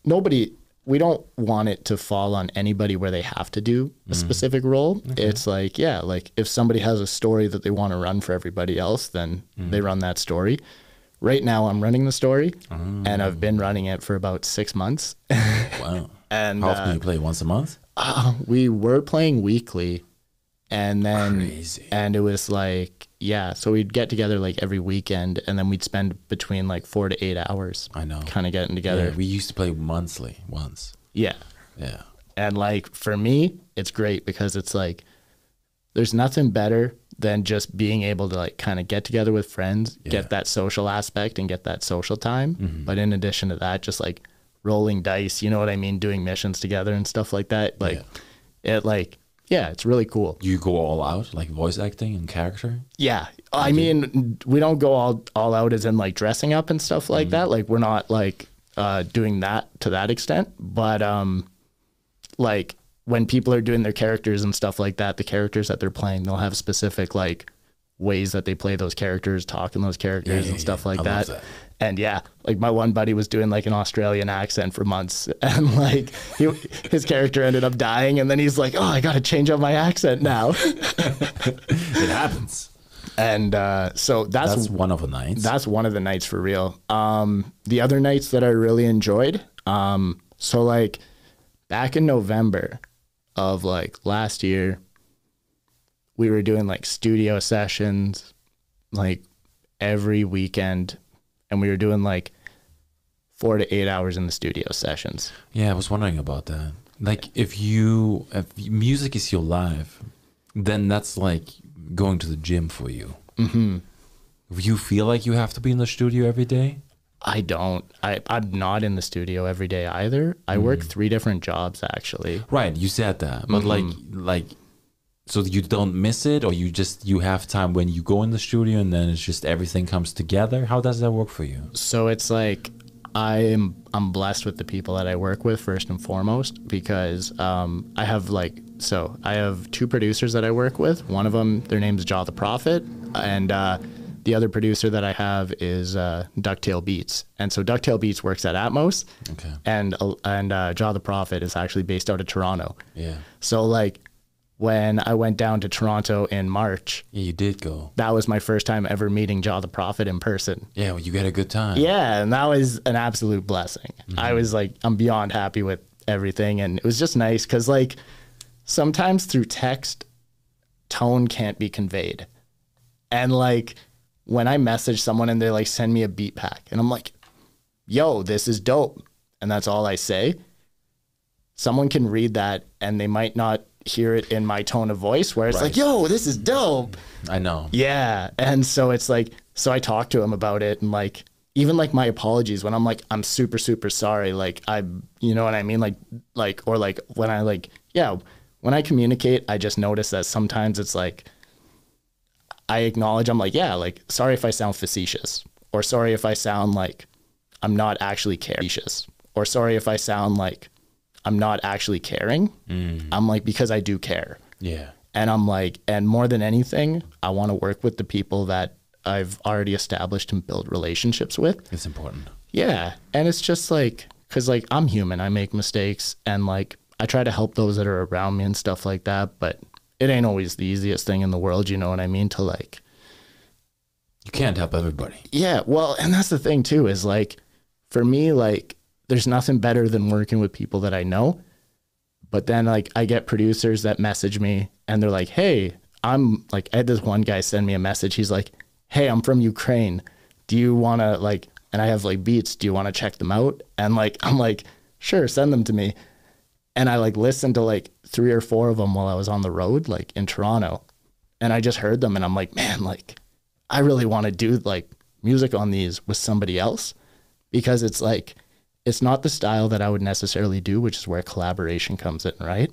[SPEAKER 3] nobody we don't want it to fall on anybody where they have to do a
[SPEAKER 1] Mm.
[SPEAKER 3] specific role. It's like, yeah, like if somebody has a story that they want to run for everybody else, then
[SPEAKER 1] Mm.
[SPEAKER 3] they run that story. Right now I'm running the story
[SPEAKER 1] Ah.
[SPEAKER 3] and I've been running it for about 6 months. *laughs*
[SPEAKER 1] Wow.
[SPEAKER 3] and
[SPEAKER 1] How
[SPEAKER 3] uh,
[SPEAKER 1] often do you play? Once a month?
[SPEAKER 3] *laughs* we were playing weekly and then
[SPEAKER 1] Crazy.
[SPEAKER 3] and it was like, yeah, so we'd get together like every weekend and then we'd spend between like 4 to 8 hours
[SPEAKER 1] I know.
[SPEAKER 3] kind of getting
[SPEAKER 1] Yeah,
[SPEAKER 3] together.
[SPEAKER 1] we used to play monthly once.
[SPEAKER 3] yeah.
[SPEAKER 1] Yeah.
[SPEAKER 3] And like for me, it's great because it's like there's nothing better than just being able to like kind of get together with friends, get that social aspect and get that social time. But in addition to that, just like rolling dice, you know what I mean, doing missions together and stuff like that. Like it like yeah, it's really cool.
[SPEAKER 1] You go all out, like voice acting and character?
[SPEAKER 3] Yeah. I mean, we don't go all all out as in like dressing up and stuff
[SPEAKER 1] Mm-hmm.
[SPEAKER 3] like that. Like we're not like uh doing that to that extent, but um like when people are doing their characters and stuff like that, the characters that they're playing, they'll have specific like ways that they play those characters, talk in those characters
[SPEAKER 1] yeah,
[SPEAKER 3] and stuff
[SPEAKER 1] yeah.
[SPEAKER 3] like
[SPEAKER 1] I love
[SPEAKER 3] that.
[SPEAKER 1] that.
[SPEAKER 3] And yeah, like my one buddy was doing like an Australian accent for months *laughs* and like he, his character ended up dying and then he's like, "Oh, I got to change up my accent now." *laughs*
[SPEAKER 1] It happens.
[SPEAKER 3] and uh so that's
[SPEAKER 1] That's one of the nights.
[SPEAKER 3] that's one of the nights for real. Um, the other nights that I really enjoyed. Um, so like back in November of like last year, we were doing like studio sessions like every weekend and we were doing like four to eight hours in the studio sessions.
[SPEAKER 1] Yeah, I was wondering about that. Like, if you if music is your life, then that's like going to the gym for you. Mm-hmm. If you feel like you have to be in the studio every day,
[SPEAKER 3] I don't I, I'm not in the studio every day either. I work three different jobs actually.
[SPEAKER 1] right? You said that, but like, like, so you don't miss it, or you just you have time when you go in the studio, and then it's just everything comes together. How does that work for you?
[SPEAKER 3] so it's like I am I'm blessed with the people that I work with first and foremost because um, I have like so I have two producers that I work with. One of them, their name's Jaw the Prophet, and uh, the other producer that I have is uh, Ducktail Beats. And so Ducktail Beats works at Atmos,
[SPEAKER 1] Okay.
[SPEAKER 3] and and uh, Jaw the Prophet is actually based out of Toronto.
[SPEAKER 1] Yeah,
[SPEAKER 3] So like when I went down to Toronto in March,
[SPEAKER 1] yeah, you did go.
[SPEAKER 3] that was my first time ever meeting Jaw the Prophet in person.
[SPEAKER 1] Yeah, well, you had a good time.
[SPEAKER 3] Yeah, and that was an absolute blessing. I was like, I'm beyond happy with everything, and it was just nice because like sometimes through text, tone can't be conveyed, and like when I message someone and they like send me a beat pack, and I'm like, yo, this is dope, and that's all I say. Someone can read that and they might not hear it in my tone of voice where it's like, yo, this is dope.
[SPEAKER 1] I know.
[SPEAKER 3] Yeah. And so it's like, so I talked to him about it and like, even like my apologies when I'm like, I'm super, super sorry. Like, I, you know what I mean? Like, like, or like when I like, yeah, when I communicate, I just notice that sometimes it's like, I acknowledge, I'm like, yeah, like, sorry if I sound facetious or sorry if I sound like I'm not actually caring or sorry if I sound like I'm not actually caring. I'm like, because I do care.
[SPEAKER 1] Yeah.
[SPEAKER 3] And I'm like, and more than anything, I want to work with the people that I've already established and built relationships with.
[SPEAKER 1] It's important.
[SPEAKER 3] Yeah. And it's just like, cause like I'm human, I make mistakes and like I try to help those that are around me and stuff like that. But it ain't always the easiest thing in the world. You know what I mean? To like,
[SPEAKER 1] You can't help everybody.
[SPEAKER 3] yeah. Well, and that's the thing too is like, for me, like, there's nothing better than working with people that I know. But then, like, I get producers that message me and they're like, hey, I'm like, I had this one guy send me a message. He's like, hey, I'm from Ukraine. Do you want to, like, and I have like beats. Do you want to check them out? And like, I'm like, sure, send them to me. And I like listened to like three or four of them while I was on the road, like in Toronto. And I just heard them and I'm like, man, like, I really want to do like music on these with somebody else because it's like it's not the style that I would necessarily do, which is where collaboration comes in, right?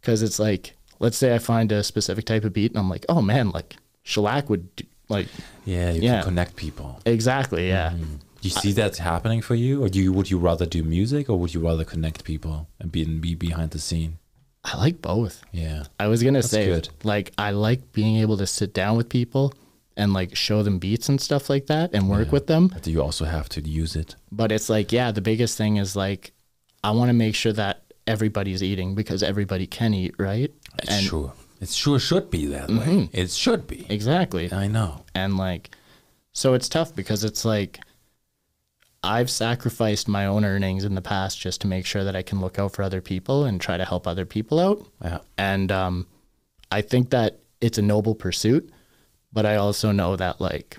[SPEAKER 3] Because it's like, let's say I find a specific type of beat, and I'm like, oh man, like shellac would do, like
[SPEAKER 1] Yeah, you
[SPEAKER 3] Yeah.
[SPEAKER 1] can connect people.
[SPEAKER 3] exactly, yeah.
[SPEAKER 1] Do you see that happening for you, or do you would you rather do music, or would you rather connect people and be be behind the scene?
[SPEAKER 3] I like both.
[SPEAKER 1] Yeah,
[SPEAKER 3] I was gonna say,
[SPEAKER 1] good.
[SPEAKER 3] like, I like being able to sit down with people and like show them beats and stuff like that, and work with them.
[SPEAKER 1] but do you also have to use it?
[SPEAKER 3] But it's like, yeah, the biggest thing is like, I want to make sure that everybody's eating because everybody can eat, right?
[SPEAKER 1] It's sure, it sure should be that
[SPEAKER 3] Mm-hmm.
[SPEAKER 1] way. It should be.
[SPEAKER 3] Exactly.
[SPEAKER 1] I know.
[SPEAKER 3] and like so it's tough because it's like i've sacrificed my own earnings in the past just to make sure that i can look out for other people and try to help other people out *laughs*
[SPEAKER 1] Yeah,
[SPEAKER 3] and um, i think that it's a noble pursuit but i also know that like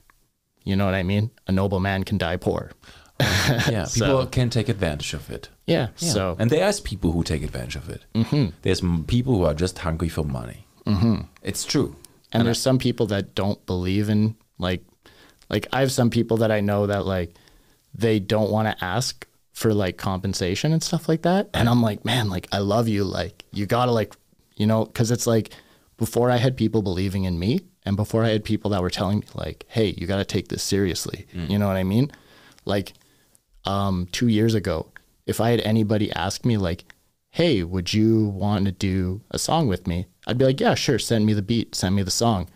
[SPEAKER 3] you know what i mean a noble man can die poor
[SPEAKER 1] yeah. People can take advantage of it.
[SPEAKER 3] yeah,
[SPEAKER 1] Yeah.
[SPEAKER 3] so
[SPEAKER 1] and there's people who take advantage of it. Mm-hmm. There's m- people who are just hungry for money. Mm-hmm. It's true.
[SPEAKER 3] and there's some people that don't believe in like like i have some people that i know that like they don't want to ask for like compensation and stuff like that and i'm like man like i love you like you gotta like you know because it's like before i had people believing in me and before i had people that were telling me like hey you gotta take this seriously you know what i mean like um, two years ago, if I had anybody ask me like, "Hey, would you want to do a song with me?" I'd be like, "Yeah, sure. Send me the beat. Send me the song."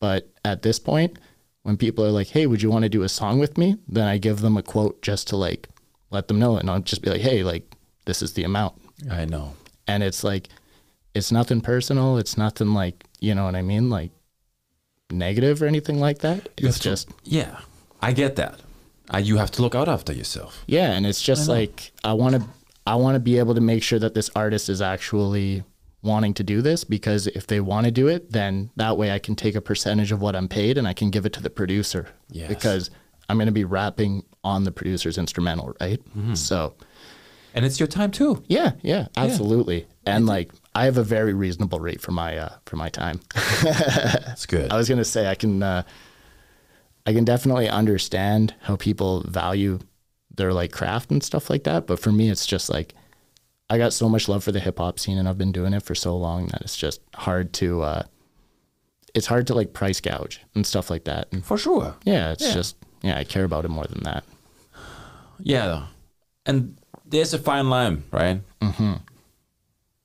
[SPEAKER 3] But at this point, when people are like, "Hey, would you want to do a song with me?" then I give them a quote just to like let them know, and I'll just be like, "Hey, like this is the amount."
[SPEAKER 1] I know.
[SPEAKER 3] And it's like, it's nothing personal. It's nothing like you know what I mean, like negative or anything like that. It's
[SPEAKER 1] to-
[SPEAKER 3] just
[SPEAKER 1] Yeah, I get that. Uh, you have to look out after yourself.
[SPEAKER 3] Yeah, and it's just like I want to I want to be able to make sure that this artist is actually wanting to do this because if they want to do it, then that way I can take a percentage of what I'm paid and I can give it to the producer.
[SPEAKER 1] Yes.
[SPEAKER 3] Because I'm going to be rapping on the producer's instrumental, right? So,
[SPEAKER 1] And it's your time too.
[SPEAKER 3] yeah, Mm-hmm. yeah, absolutely. And like I have a very reasonable rate for my uh for my time.
[SPEAKER 1] That's good.
[SPEAKER 3] I was gonna say I can uh, I can definitely understand how people value their like craft and stuff like that, but for me it's just like I got so much love for the hip hop scene and I've been doing it for so long that it's just hard to uh, it's hard to like price gouge and stuff like that. And
[SPEAKER 1] For sure.
[SPEAKER 3] yeah, it's
[SPEAKER 1] Yeah.
[SPEAKER 3] just yeah, I care about it more than that.
[SPEAKER 1] Yeah. And there's a fine line, right? Mm-hmm.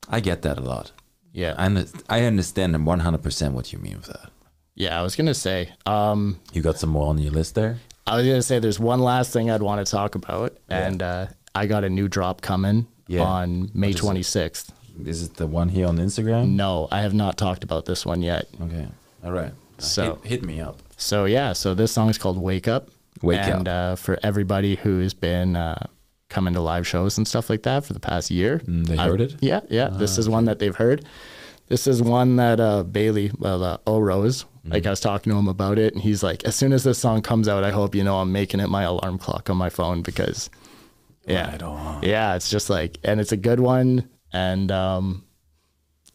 [SPEAKER 1] I get that a lot.
[SPEAKER 3] Yeah.
[SPEAKER 1] I, under- I understand 100% what you mean with that.
[SPEAKER 3] yeah, I was gonna say, um,
[SPEAKER 1] You got some more on your list there?
[SPEAKER 3] I was gonna say there's one last thing I'd want to talk about, and uh, I got a new drop coming
[SPEAKER 1] Yeah.
[SPEAKER 3] on May 26th.
[SPEAKER 1] Is it the one here on Instagram?
[SPEAKER 3] No, I have not talked about this one yet.
[SPEAKER 1] Okay. All right.
[SPEAKER 3] So-
[SPEAKER 1] hit, hit me up.
[SPEAKER 3] So yeah, so this song is called "Wake Up."
[SPEAKER 1] Wake
[SPEAKER 3] and, uh, for everybody who has been uh, coming to live shows and stuff like that for the past year,
[SPEAKER 1] Mm, they
[SPEAKER 3] I-
[SPEAKER 1] heard it? Ah,
[SPEAKER 3] Yeah, yeah. this is one that they've heard. This is one that uh, Bailey, well, uh, O Rose,
[SPEAKER 1] Mm-hmm.
[SPEAKER 3] like I was talking to him about it, and he's like, as soon as this song comes out, I hope you know I'm making it my alarm clock on my phone because, yeah,
[SPEAKER 1] Right on.
[SPEAKER 3] yeah, it's just like, and it's a good one, and um,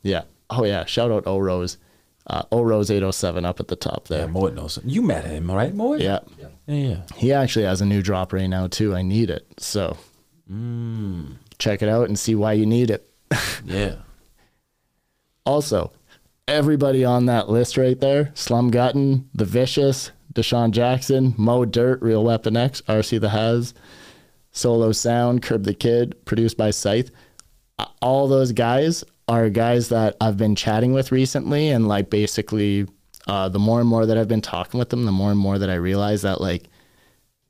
[SPEAKER 3] yeah, oh yeah, shout out O Rose, uh, O Rose 807 up at the top there.
[SPEAKER 1] Yeah, Moet knows. You met him, right, Moet?
[SPEAKER 3] Yeah.
[SPEAKER 1] Yeah, yeah.
[SPEAKER 3] He actually has a new drop right now too. I need it. So check it out and see why you need it.
[SPEAKER 1] Yeah.
[SPEAKER 3] Also, everybody on that list right there, Slum Gutton, The Vicious, Deshaun Jackson, Mo Dirt, Real Weapon X, RC The Has, Solo Sound, Curb the Kid, produced by Scythe. Uh, All those guys are guys that I've been chatting with recently and like basically uh, the more and more that I've been talking with them, the more and more that I realize that like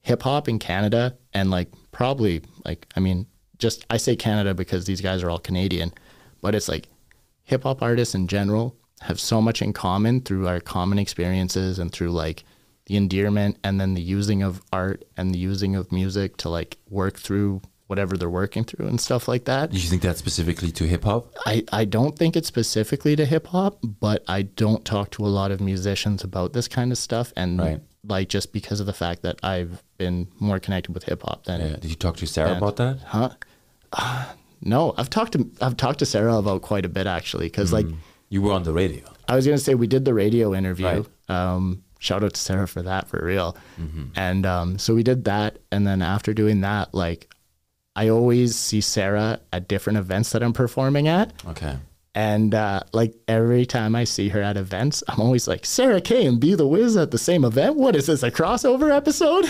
[SPEAKER 3] hip hop in Canada and like probably like I mean just I say Canada because these guys are all Canadian, but it's like hip hop artists in general have so much in common through our common experiences and through like the endearment and then the using of art and the using of music to like work through whatever they're working through and stuff like that.
[SPEAKER 1] You think that's specifically to hip hop?
[SPEAKER 3] I, I don't think it's specifically to hip hop, but I don't talk to a lot of musicians about this kind of stuff. And
[SPEAKER 1] Right.
[SPEAKER 3] like just because of the fact that I've been more connected with hip hop than
[SPEAKER 1] Yeah. Did you talk to Sarah about that?
[SPEAKER 3] huh? Ah, no, I've talked to I've talked to Sarah about quite a bit actually, because like
[SPEAKER 1] You were on the radio.
[SPEAKER 3] I was gonna say we did the radio interview.
[SPEAKER 1] Right. Mm-hmm.
[SPEAKER 3] Um, shout out to Sarah for that for real. And um, so we did that, and then after doing that, like I always see Sarah at different events that I'm performing at.
[SPEAKER 1] Okay.
[SPEAKER 3] And uh, like every time I see her at events, I'm always like, Sarah Kay and Be the Wiz at the same event? What is this, a crossover episode?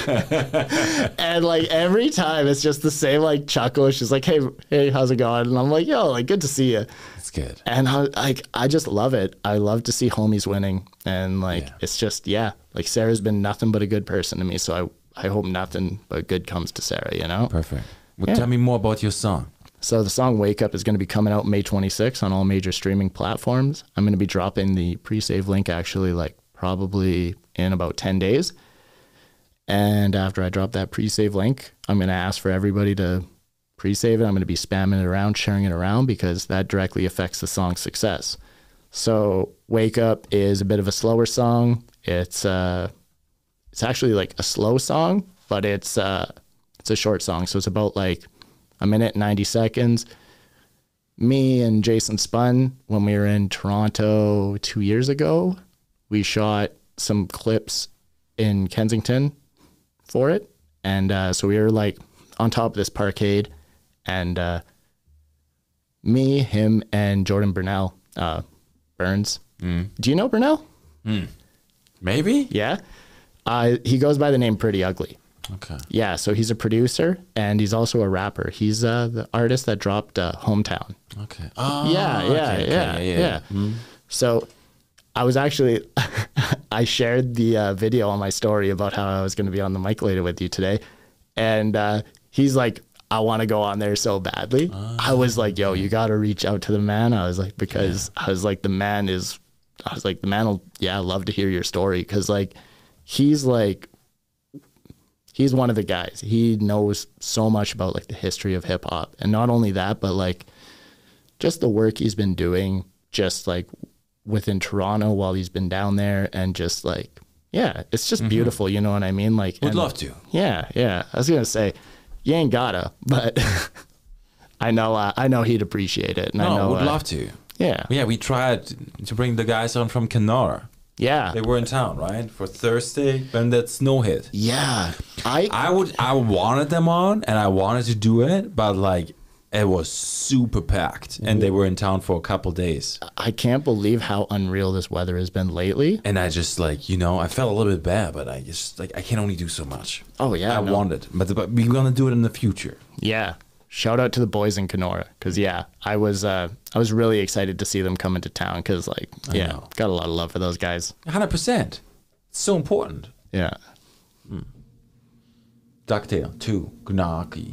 [SPEAKER 3] *laughs* and like every time it's just the same like chuckle. She's like, hey, hey, how's it going? And I'm like, yo, like good to see you.
[SPEAKER 1] That's good.
[SPEAKER 3] And I like I just love it. I love to see homies winning. And like
[SPEAKER 1] Yeah.
[SPEAKER 3] it's just yeah, like Sarah's been nothing but a good person to me. So I I hope nothing but good comes to Sarah, you know?
[SPEAKER 1] Perfect. Well,
[SPEAKER 3] Yeah.
[SPEAKER 1] tell me more about your song.
[SPEAKER 3] So the song Wake Up is going to be coming out May 26th on all major streaming platforms. I'm going to be dropping the pre-save link actually like probably in about 10 days. And after I drop that pre-save link, I'm going to ask for everybody to pre-save it. I'm going to be spamming it around, sharing it around because that directly affects the song's success. So Wake Up is a bit of a slower song. It's uh it's actually like a slow song, but it's uh it's a short song, so it's about like a minute and 90 seconds. Me and Jason Spun when we were in Toronto 2 years ago, we shot some clips in Kensington for it. And uh, so we were like on top of this parkade and uh, me, him and Jordan Burnell, uh, Burns. Do you know Burnell?
[SPEAKER 1] Maybe?
[SPEAKER 3] Yeah. Uh, he goes by the name Pretty Ugly.
[SPEAKER 1] Okay.
[SPEAKER 3] Yeah, so he's a producer and he's also a rapper. He's uh, the artist that dropped uh, Hometown.
[SPEAKER 1] Okay. Oh,
[SPEAKER 3] yeah, yeah,
[SPEAKER 1] okay,
[SPEAKER 3] Ah, yeah,
[SPEAKER 1] okay,
[SPEAKER 3] yeah, Mm-hmm. So I was actually, *laughs* I shared the uh, video on my story about how I was going to be on the mic later with you today. And uh, he's like, I want to go on there so badly. I was like, yo, you got to reach out to the man. I was like, because I was like, the man is, I was like, the man will, yeah, love to hear your story. Cause like, he's like, he's one of the guys. He knows so much about like the history of hip hop. And not only that, but like, just the work he's been doing, just like within Toronto while he's been down there, and just like yeah, it's just beautiful. You know what I mean? Like
[SPEAKER 1] Mm-hmm. Would love to.
[SPEAKER 3] Yeah, yeah. I was gonna say you ain't gotta, but *laughs* I know uh, I know he'd appreciate it, and
[SPEAKER 1] No,
[SPEAKER 3] I know
[SPEAKER 1] would
[SPEAKER 3] uh,
[SPEAKER 1] love to.
[SPEAKER 3] Yeah,
[SPEAKER 1] Yeah, we tried to bring the guys on from Kenora.
[SPEAKER 3] yeah,
[SPEAKER 1] They were in town, right, for Thursday when that snow hit.
[SPEAKER 3] yeah. I
[SPEAKER 1] I would, I wanted them on, and I wanted to do it, but like, it was super packed, and
[SPEAKER 3] Mm-hmm.
[SPEAKER 1] they were in town for a couple days,
[SPEAKER 3] I can't believe how unreal this weather has been lately.
[SPEAKER 1] and I just like, you know, I felt a little bit bad, but I just like, I can only do so much.
[SPEAKER 3] Oh, yeah,
[SPEAKER 1] I
[SPEAKER 3] no.
[SPEAKER 1] wanted, but but we're gonna do it in the future.
[SPEAKER 3] Yeah. Shout out to the boys in Kenora cuz yeah, I was uh I was really excited to see them come into town cuz like yeah,
[SPEAKER 1] know.
[SPEAKER 3] got a lot of love for those guys.
[SPEAKER 1] Hundred percent. It's so important.
[SPEAKER 3] Yeah.
[SPEAKER 1] Ducktail too. Gnocchi.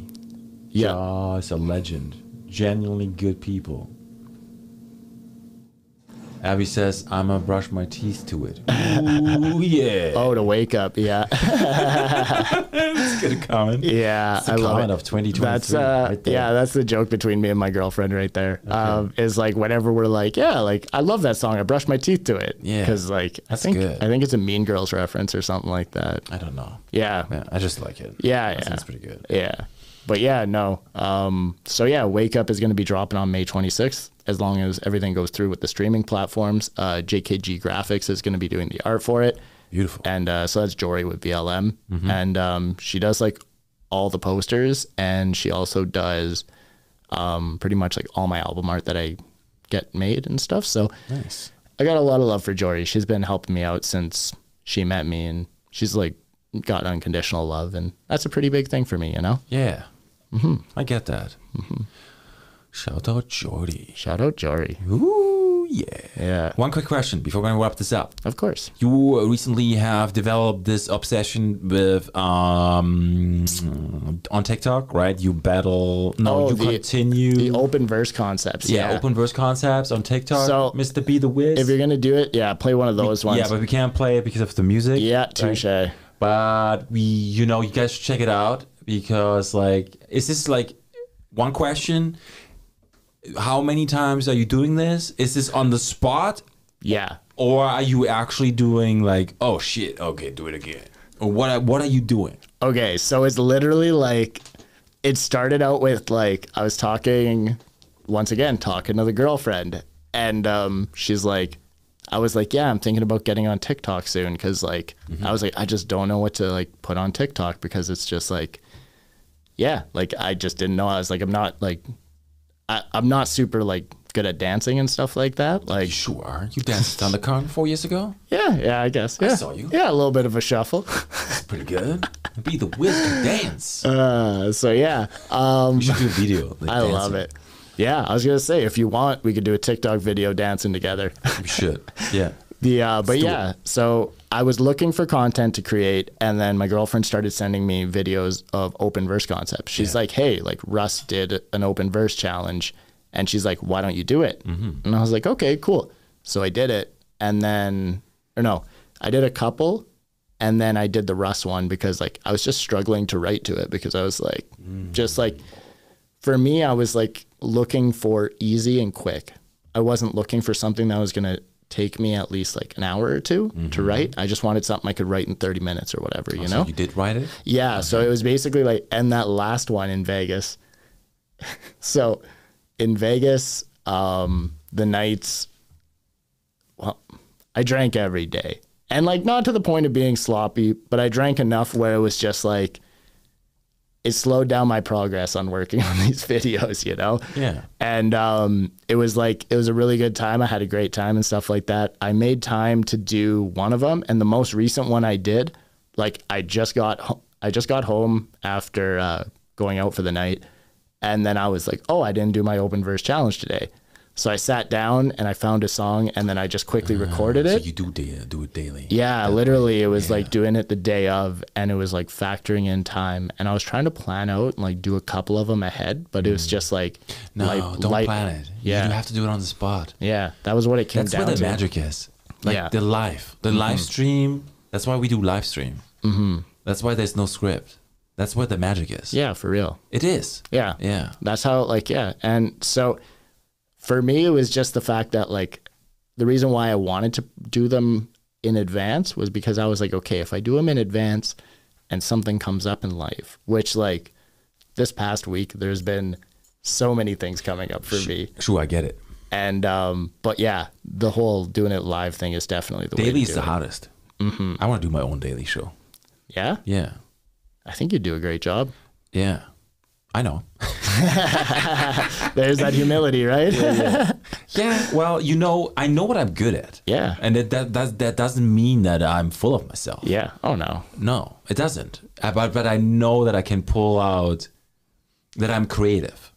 [SPEAKER 3] Yeah.
[SPEAKER 1] Jaw is Ah, a legend. Genuinely good people. Abby says, I'm gonna brush my teeth to
[SPEAKER 3] *laughs*
[SPEAKER 1] it. Ooh, yeah.
[SPEAKER 3] Oh, to wake up.
[SPEAKER 1] *laughs*
[SPEAKER 3] Yeah.
[SPEAKER 1] That's a good comment.
[SPEAKER 3] Yeah,
[SPEAKER 1] a
[SPEAKER 3] I love
[SPEAKER 1] comment
[SPEAKER 3] it.
[SPEAKER 1] of 2023
[SPEAKER 3] That's uh,
[SPEAKER 1] right there.
[SPEAKER 3] yeah, that's the joke between me and my girlfriend right there. Um, is like whenever we're like, yeah, like I love that song. I brush my teeth to it.
[SPEAKER 1] Yeah.
[SPEAKER 3] because like I
[SPEAKER 1] That's
[SPEAKER 3] think
[SPEAKER 1] good.
[SPEAKER 3] I think it's a Mean Girls reference or something like that.
[SPEAKER 1] I don't know.
[SPEAKER 3] Yeah,
[SPEAKER 1] Yeah, I just like it.
[SPEAKER 3] Yeah,
[SPEAKER 1] that
[SPEAKER 3] yeah.
[SPEAKER 1] sounds pretty good.
[SPEAKER 3] Yeah. But yeah, no. Um, so yeah, Wake Up is going to be dropping on May 26th, as long as everything goes through with the streaming platforms. Uh, JKG Graphics is going to be doing the art for it.
[SPEAKER 1] Beautiful.
[SPEAKER 3] And uh, so that's Jory with VLM. And um, she does like all the posters, and she also does um, pretty much like all my album art that I get made and stuff. So
[SPEAKER 1] Nice.
[SPEAKER 3] I got a lot of love for Jory. She's been helping me out since she met me, and she's like got unconditional love, and that's a pretty big thing for me, you know.
[SPEAKER 1] Yeah.
[SPEAKER 3] Mm-hmm.
[SPEAKER 1] I get that. Shout out Jordy.
[SPEAKER 3] Shout out Jory.
[SPEAKER 1] Ooh, yeah.
[SPEAKER 3] Yeah,
[SPEAKER 1] One quick question before we wrap this up.
[SPEAKER 3] of course.
[SPEAKER 1] You recently have developed this obsession with um, on TikTok, right? You battle. No,
[SPEAKER 3] Oh,
[SPEAKER 1] you
[SPEAKER 3] the-
[SPEAKER 1] continue.
[SPEAKER 3] The open verse concepts.
[SPEAKER 1] yeah,
[SPEAKER 3] Yeah.
[SPEAKER 1] open verse concepts on TikTok.
[SPEAKER 3] So,
[SPEAKER 1] Mr. Be the Wiz.
[SPEAKER 3] If you're gonna do it, yeah, play one of those ones.
[SPEAKER 1] yeah, but we can't play it because of the music.
[SPEAKER 3] yeah,
[SPEAKER 1] right?
[SPEAKER 3] touche.
[SPEAKER 1] But we, you know, you guys should check it out because, like, is this like one question? How many times are you doing this? Is this on the spot?
[SPEAKER 3] Yeah.
[SPEAKER 1] or are you actually doing like oh shit okay do it again or what what are you doing
[SPEAKER 3] Okay, so it's literally like it started out with like I was talking once again talking to the girlfriend and um she's like I was like, yeah, I'm thinking about getting on TikTok soon cuz like
[SPEAKER 1] Mm-hmm.
[SPEAKER 3] I was like I just don't know what to like put on TikTok because it's just like yeah, like I just didn't know. I was like I'm not like I I'm not super like good at dancing and stuff like that. Like
[SPEAKER 1] sure you danced at
[SPEAKER 3] *laughs*
[SPEAKER 1] thundercon four years ago
[SPEAKER 3] yeah, yeah, I guess. Yeah.
[SPEAKER 1] saw you.
[SPEAKER 3] Yeah, a little bit of a shuffle. *laughs*
[SPEAKER 1] that's pretty good be the whiz to dance
[SPEAKER 3] Uh, so yeah. Um
[SPEAKER 1] you should do a video like,
[SPEAKER 3] I love it. Yeah, I was gonna say if you want, we could do a TikTok video dancing together. *laughs*
[SPEAKER 1] you should yeah
[SPEAKER 3] the uh, but
[SPEAKER 1] do
[SPEAKER 3] yeah, so I was looking for content to create, and then my girlfriend started sending me videos of open verse concepts. She's like, "Hey, like Russ did an open verse challenge," and she's like, "Why don't you do it?" And I was like, "Okay, cool." So I did it, and then or no, I did a couple, and then I did the Russ one because like I was just struggling to write to it because I was like, just like for me, I was like looking for easy and quick. I wasn't looking for something that was going to take me at least like an hour or 2 to write. I just wanted something I could write in 30 minutes or whatever, you know?
[SPEAKER 1] you did write it
[SPEAKER 3] Yeah. So it was basically like, and that last one in Vegas. *laughs* so in Vegas, um, the nights, well, I drank every day. And like, not to the point of being sloppy, but I drank enough where it was just like, it slowed down my progress on working *laughs* on these videos, you know?
[SPEAKER 1] Yeah.
[SPEAKER 3] And um, it was like, it was a really good time. I had a great time and stuff like that. I made time to do one of them. And the most recent one I did, like I just got, ho- I just got home after uh, going out for the night. And then I was like, oh, I didn't do my open verse challenge today. So I sat down and I found a song and then I just quickly recorded
[SPEAKER 1] Ah, so
[SPEAKER 3] it.
[SPEAKER 1] you do da- do it daily
[SPEAKER 3] Yeah, literally, it was like doing it the day of, and it was like factoring in time. And I was trying to plan out and like do a couple of them ahead, but it was just like
[SPEAKER 1] Mm. no
[SPEAKER 3] like,
[SPEAKER 1] don't
[SPEAKER 3] light-
[SPEAKER 1] plan it
[SPEAKER 3] Yeah.
[SPEAKER 1] you have to do it on the spot
[SPEAKER 3] Yeah, that was what it came
[SPEAKER 1] that's where
[SPEAKER 3] down
[SPEAKER 1] the
[SPEAKER 3] to.
[SPEAKER 1] magic is like
[SPEAKER 3] Yeah. Mm-hmm.
[SPEAKER 1] the live the live stream that's why we do live stream that's why there's no script that's where the magic is
[SPEAKER 3] Yeah, for real.
[SPEAKER 1] it is
[SPEAKER 3] Yeah,
[SPEAKER 1] yeah
[SPEAKER 3] That's how like yeah, and so for me, it was just the fact that like the reason why I wanted to do them in advance was because I was like, okay, if I do them in advance and something comes up in life, which like this past week, there's been so many things coming up for me.
[SPEAKER 1] Sure, I get it.
[SPEAKER 3] And um, but yeah, the whole doing it live thing is definitely the way
[SPEAKER 1] Daily
[SPEAKER 3] to
[SPEAKER 1] is
[SPEAKER 3] do
[SPEAKER 1] the
[SPEAKER 3] it. Mm-hmm.
[SPEAKER 1] hottest. I want to do my own daily show.
[SPEAKER 3] Yeah,
[SPEAKER 1] Yeah.
[SPEAKER 3] I think you do a great job.
[SPEAKER 1] Yeah. I
[SPEAKER 3] *laughs*
[SPEAKER 1] know.
[SPEAKER 3] There's that humility, right?
[SPEAKER 1] Yeah. Well, you know, I know what I'm good at.
[SPEAKER 3] Yeah.
[SPEAKER 1] And it, that, that that doesn't mean that I'm full of myself.
[SPEAKER 3] *laughs* yeah. Oh no.
[SPEAKER 1] No, it doesn't. Uh, But but I know that I can pull out that I'm creative,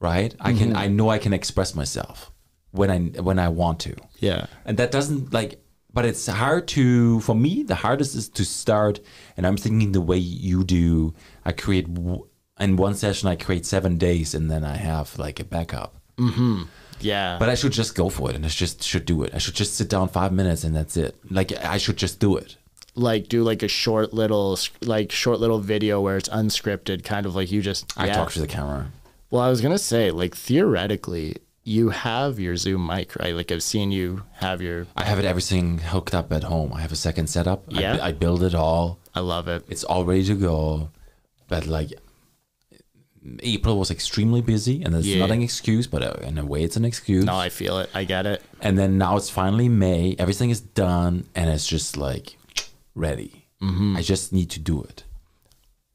[SPEAKER 1] right? I can.
[SPEAKER 3] Mm-hmm.
[SPEAKER 1] I know I can express myself when I when I want to,
[SPEAKER 3] Yeah.
[SPEAKER 1] and that doesn't like. But it's hard to for me. The hardest is to start, and I'm thinking the way you do. I create w- in one session. I create seven days, and then I have like a backup.
[SPEAKER 3] Yeah.
[SPEAKER 1] But I should just go for it, and I just should do it. I should just sit down five minutes, and that's it. Like I should just do it.
[SPEAKER 3] like do like a short little sc- like short little video where it's unscripted, kind of like you just
[SPEAKER 1] I
[SPEAKER 3] yeah.
[SPEAKER 1] talk to the camera.
[SPEAKER 3] Well, I was gonna say like theoretically, you have your Zoom mic, right? Like I've seen you have your.
[SPEAKER 1] I have it everything hooked up at home. I have a second setup. I
[SPEAKER 3] Yeah.
[SPEAKER 1] bu- I, build it all.
[SPEAKER 3] I love it.
[SPEAKER 1] It's all ready to go. But like April was extremely busy, and that's
[SPEAKER 3] Yeah.
[SPEAKER 1] not an excuse, but uh, in a way, it's an excuse.
[SPEAKER 3] No, I feel it. I get it.
[SPEAKER 1] and then now it's finally May. Everything is done, and it's just like ready.
[SPEAKER 3] Mm-hmm.
[SPEAKER 1] I just need to do it.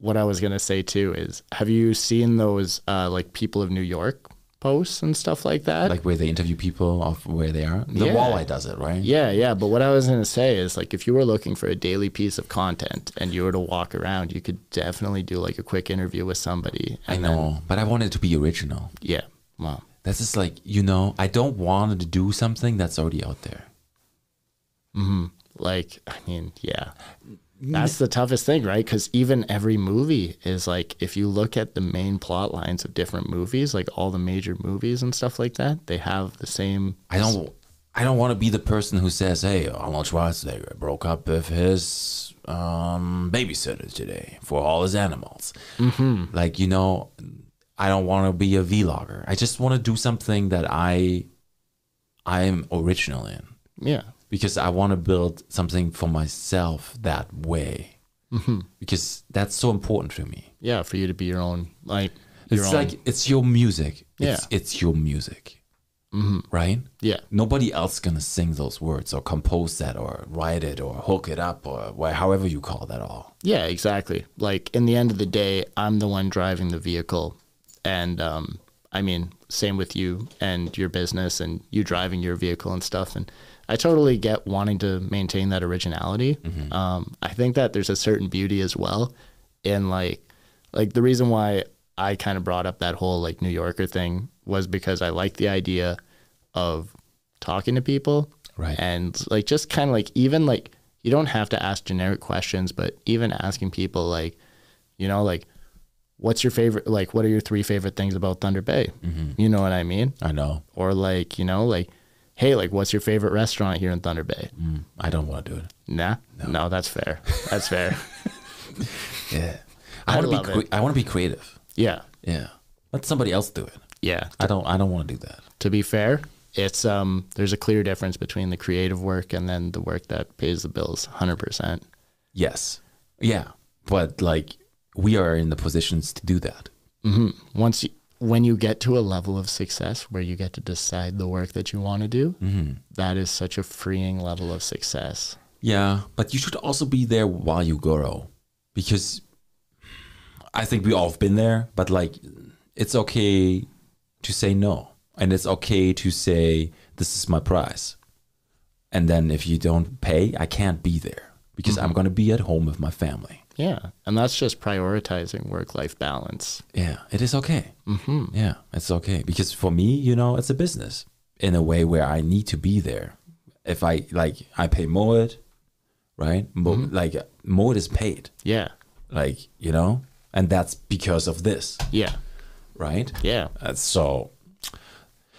[SPEAKER 3] What I was gonna say too is, have you seen those uh, like people of New York posts and stuff like that?
[SPEAKER 1] Like where they interview people of where they are. The
[SPEAKER 3] Yeah.
[SPEAKER 1] walleye does it, right?
[SPEAKER 3] Yeah, yeah. But what I was going to say is like if you were looking for a daily piece of content and you were to walk around, you could definitely do like a quick interview with somebody.
[SPEAKER 1] I know, but I wanted to be original.
[SPEAKER 3] Yeah. Well,
[SPEAKER 1] That's just like, you know, I don't want to do something that's already out there.
[SPEAKER 3] like, I mean, yeah.
[SPEAKER 1] Mm.
[SPEAKER 3] That's the toughest thing, right? Because even every movie is like, if you look at the main plot lines of different movies, like all the major movies and stuff like that, they have the same.
[SPEAKER 1] I don't. I don't want to be the person who says, "Hey, Arnold Schwarzenegger broke up with his um, babysitter today for all his animals." Mm-hmm. Like you know, I don't want to be a vlogger. I just want to do something that I, I am original in
[SPEAKER 3] Yeah.
[SPEAKER 1] because I want to build something for myself that way. Mm-hmm. Because that's so important to me.
[SPEAKER 3] Yeah. For you to be your own, like, your
[SPEAKER 1] It's
[SPEAKER 3] own.
[SPEAKER 1] like it's your music. It's,
[SPEAKER 3] Yeah.
[SPEAKER 1] it's your music, Mm-hmm. right?
[SPEAKER 3] yeah.
[SPEAKER 1] nobody else gonna sing those words or compose that or write it or hook it up or wh- however you call that all.
[SPEAKER 3] Yeah, exactly. Like in the end of the day, I'm the one driving the vehicle, and um, I mean, same with you and your business and you driving your vehicle and stuff. And I totally get wanting to maintain that originality. Um, I think that there's a certain beauty as well in like, like the reason why I kind of brought up that whole like New Yorker thing was because I like the idea of talking to people
[SPEAKER 1] Right.
[SPEAKER 3] and like just kind of like even like you don't have to ask generic questions but even asking people like you know like what's your favorite like what are your three favorite things about thunder bay you know what i mean
[SPEAKER 1] I know.
[SPEAKER 3] or like you know like hey like what's your favorite restaurant here in thunder bay
[SPEAKER 1] Mm, I don't want to do it.
[SPEAKER 3] nah no. that's fair that's fair
[SPEAKER 1] Yeah, I
[SPEAKER 3] I
[SPEAKER 1] want to
[SPEAKER 3] love
[SPEAKER 1] be.
[SPEAKER 3] it.
[SPEAKER 1] Cre- I want to be creative.
[SPEAKER 3] yeah
[SPEAKER 1] Yeah, let somebody else do it.
[SPEAKER 3] yeah
[SPEAKER 1] I don't. I don't want to do that.
[SPEAKER 3] to be fair it's um there's a clear difference between the creative work and then the work that pays the bills 100%
[SPEAKER 1] Yes. Yeah, but like we are in the positions to do that.
[SPEAKER 3] once you, when you get to a level of success where you get to decide the work that you want to do, that is such a freeing level of success.
[SPEAKER 1] Yeah, but you should also be there while you grow, because I think we all have been there. But like, it's okay to say no, and it's okay to say this is my price. And then if you don't pay, I can't be there because I'm gonna be at home with my family.
[SPEAKER 3] Yeah, and that's just prioritizing work-life balance.
[SPEAKER 1] Yeah, it is okay. Mm-hmm. Yeah, it's okay because for me, you know, it's a business in a way where I need to be there. If I like, I pay Moet, right? Mo- Like Moet is paid.
[SPEAKER 3] Yeah.
[SPEAKER 1] like you know and that's because of this
[SPEAKER 3] Yeah.
[SPEAKER 1] right
[SPEAKER 3] Yeah.
[SPEAKER 1] Uh, so *sighs*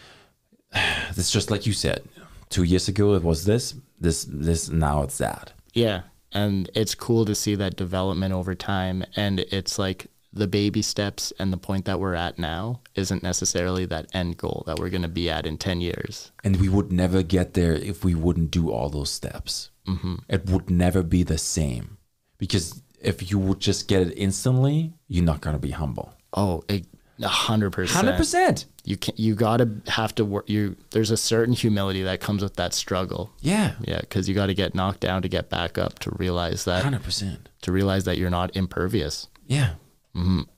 [SPEAKER 1] it's just like you said two years ago it was this this this now it's that
[SPEAKER 3] Yeah. And it's cool to see that development over time and it's like the baby steps and the point that we're at now isn't necessarily that end goal that we're going to be at in 10 years.
[SPEAKER 1] And we would never get there if we wouldn't do all those steps. It would never be the same. Because if you would just get it instantly, you're not going to be humble.
[SPEAKER 3] Oh, it, 100%.
[SPEAKER 1] 100%.
[SPEAKER 3] You can you got to have to work you there's a certain humility that comes with that struggle.
[SPEAKER 1] Yeah.
[SPEAKER 3] Yeah, cuz you got to get knocked down to get back up to realize that
[SPEAKER 1] 100%.
[SPEAKER 3] to realize that you're not impervious.
[SPEAKER 1] Yeah.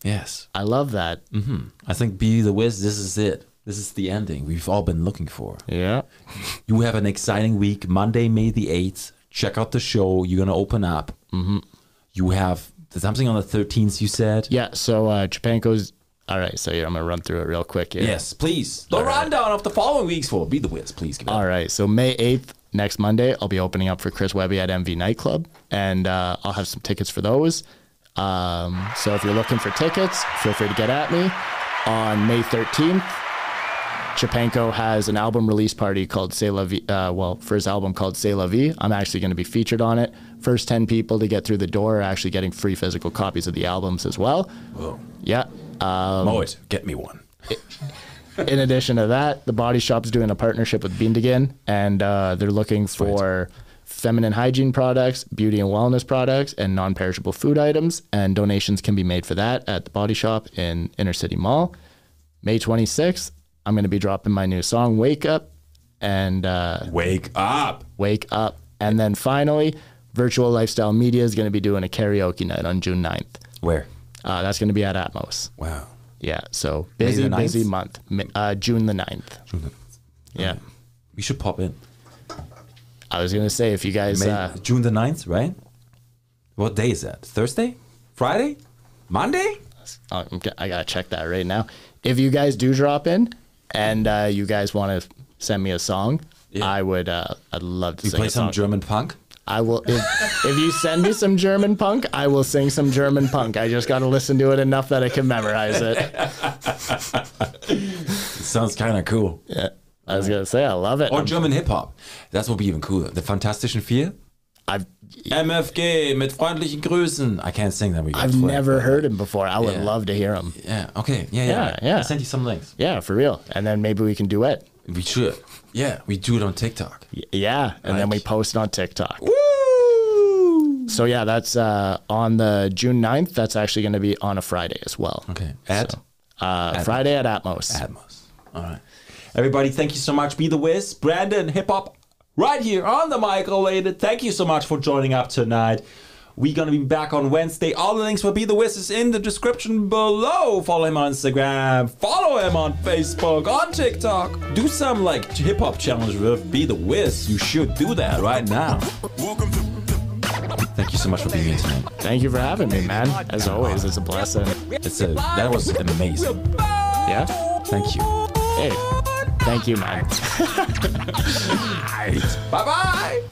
[SPEAKER 1] Yes.
[SPEAKER 3] I love that.
[SPEAKER 1] hmm I think Be the Wiz, this is it. This is the ending we've all been looking for.
[SPEAKER 3] Yeah.
[SPEAKER 1] You have an exciting week. Monday, May the 8th. Check out the show. You're going to open up. Mm-hmm. You have something on the 13th, you said?
[SPEAKER 3] Yeah, so uh Japanko's All right, so yeah, I'm going to run through it real quick here.
[SPEAKER 1] Yes, please. The rundown of the following weeks for Be the Wiz, please. Give it.
[SPEAKER 3] All right. So May 8th, next Monday, I'll be opening up for Chris Webby at MV Nightclub, and uh, I'll have some tickets for those. Um, so if you're looking for tickets, feel free to get at me. On May 13th, Chapenko has an album release party called C'est La Vie. Uh, well, for his album called C'est La Vie, I'm actually going to be featured on it. First 10 people to get through the door are actually getting free physical copies of the albums as well.
[SPEAKER 1] Whoa.
[SPEAKER 3] Yeah. Um,
[SPEAKER 1] Mow it. Get me one.
[SPEAKER 3] in addition to that, the Body Shop's doing a partnership with Bindigan, and uh, they're looking for feminine hygiene products, beauty and wellness products, and non-perishable food items. And donations can be made for that at the Body Shop in Inner City Mall. May 26th, I'm going to be dropping my new song, "Wake Up," and uh,
[SPEAKER 1] Wake up.
[SPEAKER 3] "Wake Up," and then finally, Virtual Lifestyle Media is going to be doing a karaoke night on June 9th.
[SPEAKER 1] Where?
[SPEAKER 3] Uh, that's going to be at Atmos.
[SPEAKER 1] Wow.
[SPEAKER 3] Yeah, so
[SPEAKER 1] May
[SPEAKER 3] busy,
[SPEAKER 1] the 9th?
[SPEAKER 3] busy month. Ma- Uh, June the 9th. Yeah.
[SPEAKER 1] We should pop in.
[SPEAKER 3] I was gonna say if you guys
[SPEAKER 1] May,
[SPEAKER 3] uh,
[SPEAKER 1] June the 9th, right? What day is that? Thursday? Friday? Monday?
[SPEAKER 3] oh, I'm g- I gotta check that right now. If you guys do drop in and uh, you guys want to send me a song,
[SPEAKER 1] Yeah.
[SPEAKER 3] I would. Uh, I'd love to
[SPEAKER 1] You
[SPEAKER 3] sing
[SPEAKER 1] play
[SPEAKER 3] a
[SPEAKER 1] some
[SPEAKER 3] song.
[SPEAKER 1] German punk?
[SPEAKER 3] I will. If, if you send me some German punk, I will sing some German punk. I just gotta listen to it enough that I can memorize
[SPEAKER 1] *laughs*
[SPEAKER 3] it.
[SPEAKER 1] It sounds kind of cool.
[SPEAKER 3] Yeah. I was gonna say I love it.
[SPEAKER 1] Or German Hip Hop. Das would be even cooler. The Fantastischen Vier?
[SPEAKER 3] I've
[SPEAKER 1] MFG mit freundlichen Grüßen. I can't sing that. We got
[SPEAKER 3] I've
[SPEAKER 1] flagged,
[SPEAKER 3] never
[SPEAKER 1] but-
[SPEAKER 3] heard him before. I would
[SPEAKER 1] Yeah.
[SPEAKER 3] love to hear him.
[SPEAKER 1] Yeah. Okay. Yeah. Yeah.
[SPEAKER 3] Yeah, yeah.
[SPEAKER 1] I'll send you some links.
[SPEAKER 3] Yeah, for real. And then maybe we can do it.
[SPEAKER 1] We should. Yeah. We do it on TikTok.
[SPEAKER 3] Yeah, and then we
[SPEAKER 1] Right.
[SPEAKER 3] post on TikTok.
[SPEAKER 1] Woo!
[SPEAKER 3] So yeah, that's uh, on the June 9th. That's actually going to be on a Friday as well.
[SPEAKER 1] Okay. At
[SPEAKER 3] Uh, Friday at Atmos.
[SPEAKER 1] Atmos. All right. Everybody, thank you so much. Be the Wiz, Brandon, Hip Hop, right here on the microlated. Thank you so much for joining up tonight. We're gonna be back on Wednesday. All the links for Be the Wiz is in the description below. Follow him on Instagram. Follow him on Facebook. On TikTok. Do some like hip hop challenge with Be the Wiz. You should do that right now.
[SPEAKER 2] Welcome to
[SPEAKER 1] Thank you so much for being here tonight.
[SPEAKER 3] Thank you for having me, man. As always, it's a blessing.
[SPEAKER 1] It's a, that was amazing.
[SPEAKER 3] Yeah.
[SPEAKER 1] Thank you.
[SPEAKER 3] Hey, thank you, man.
[SPEAKER 1] Bye bye.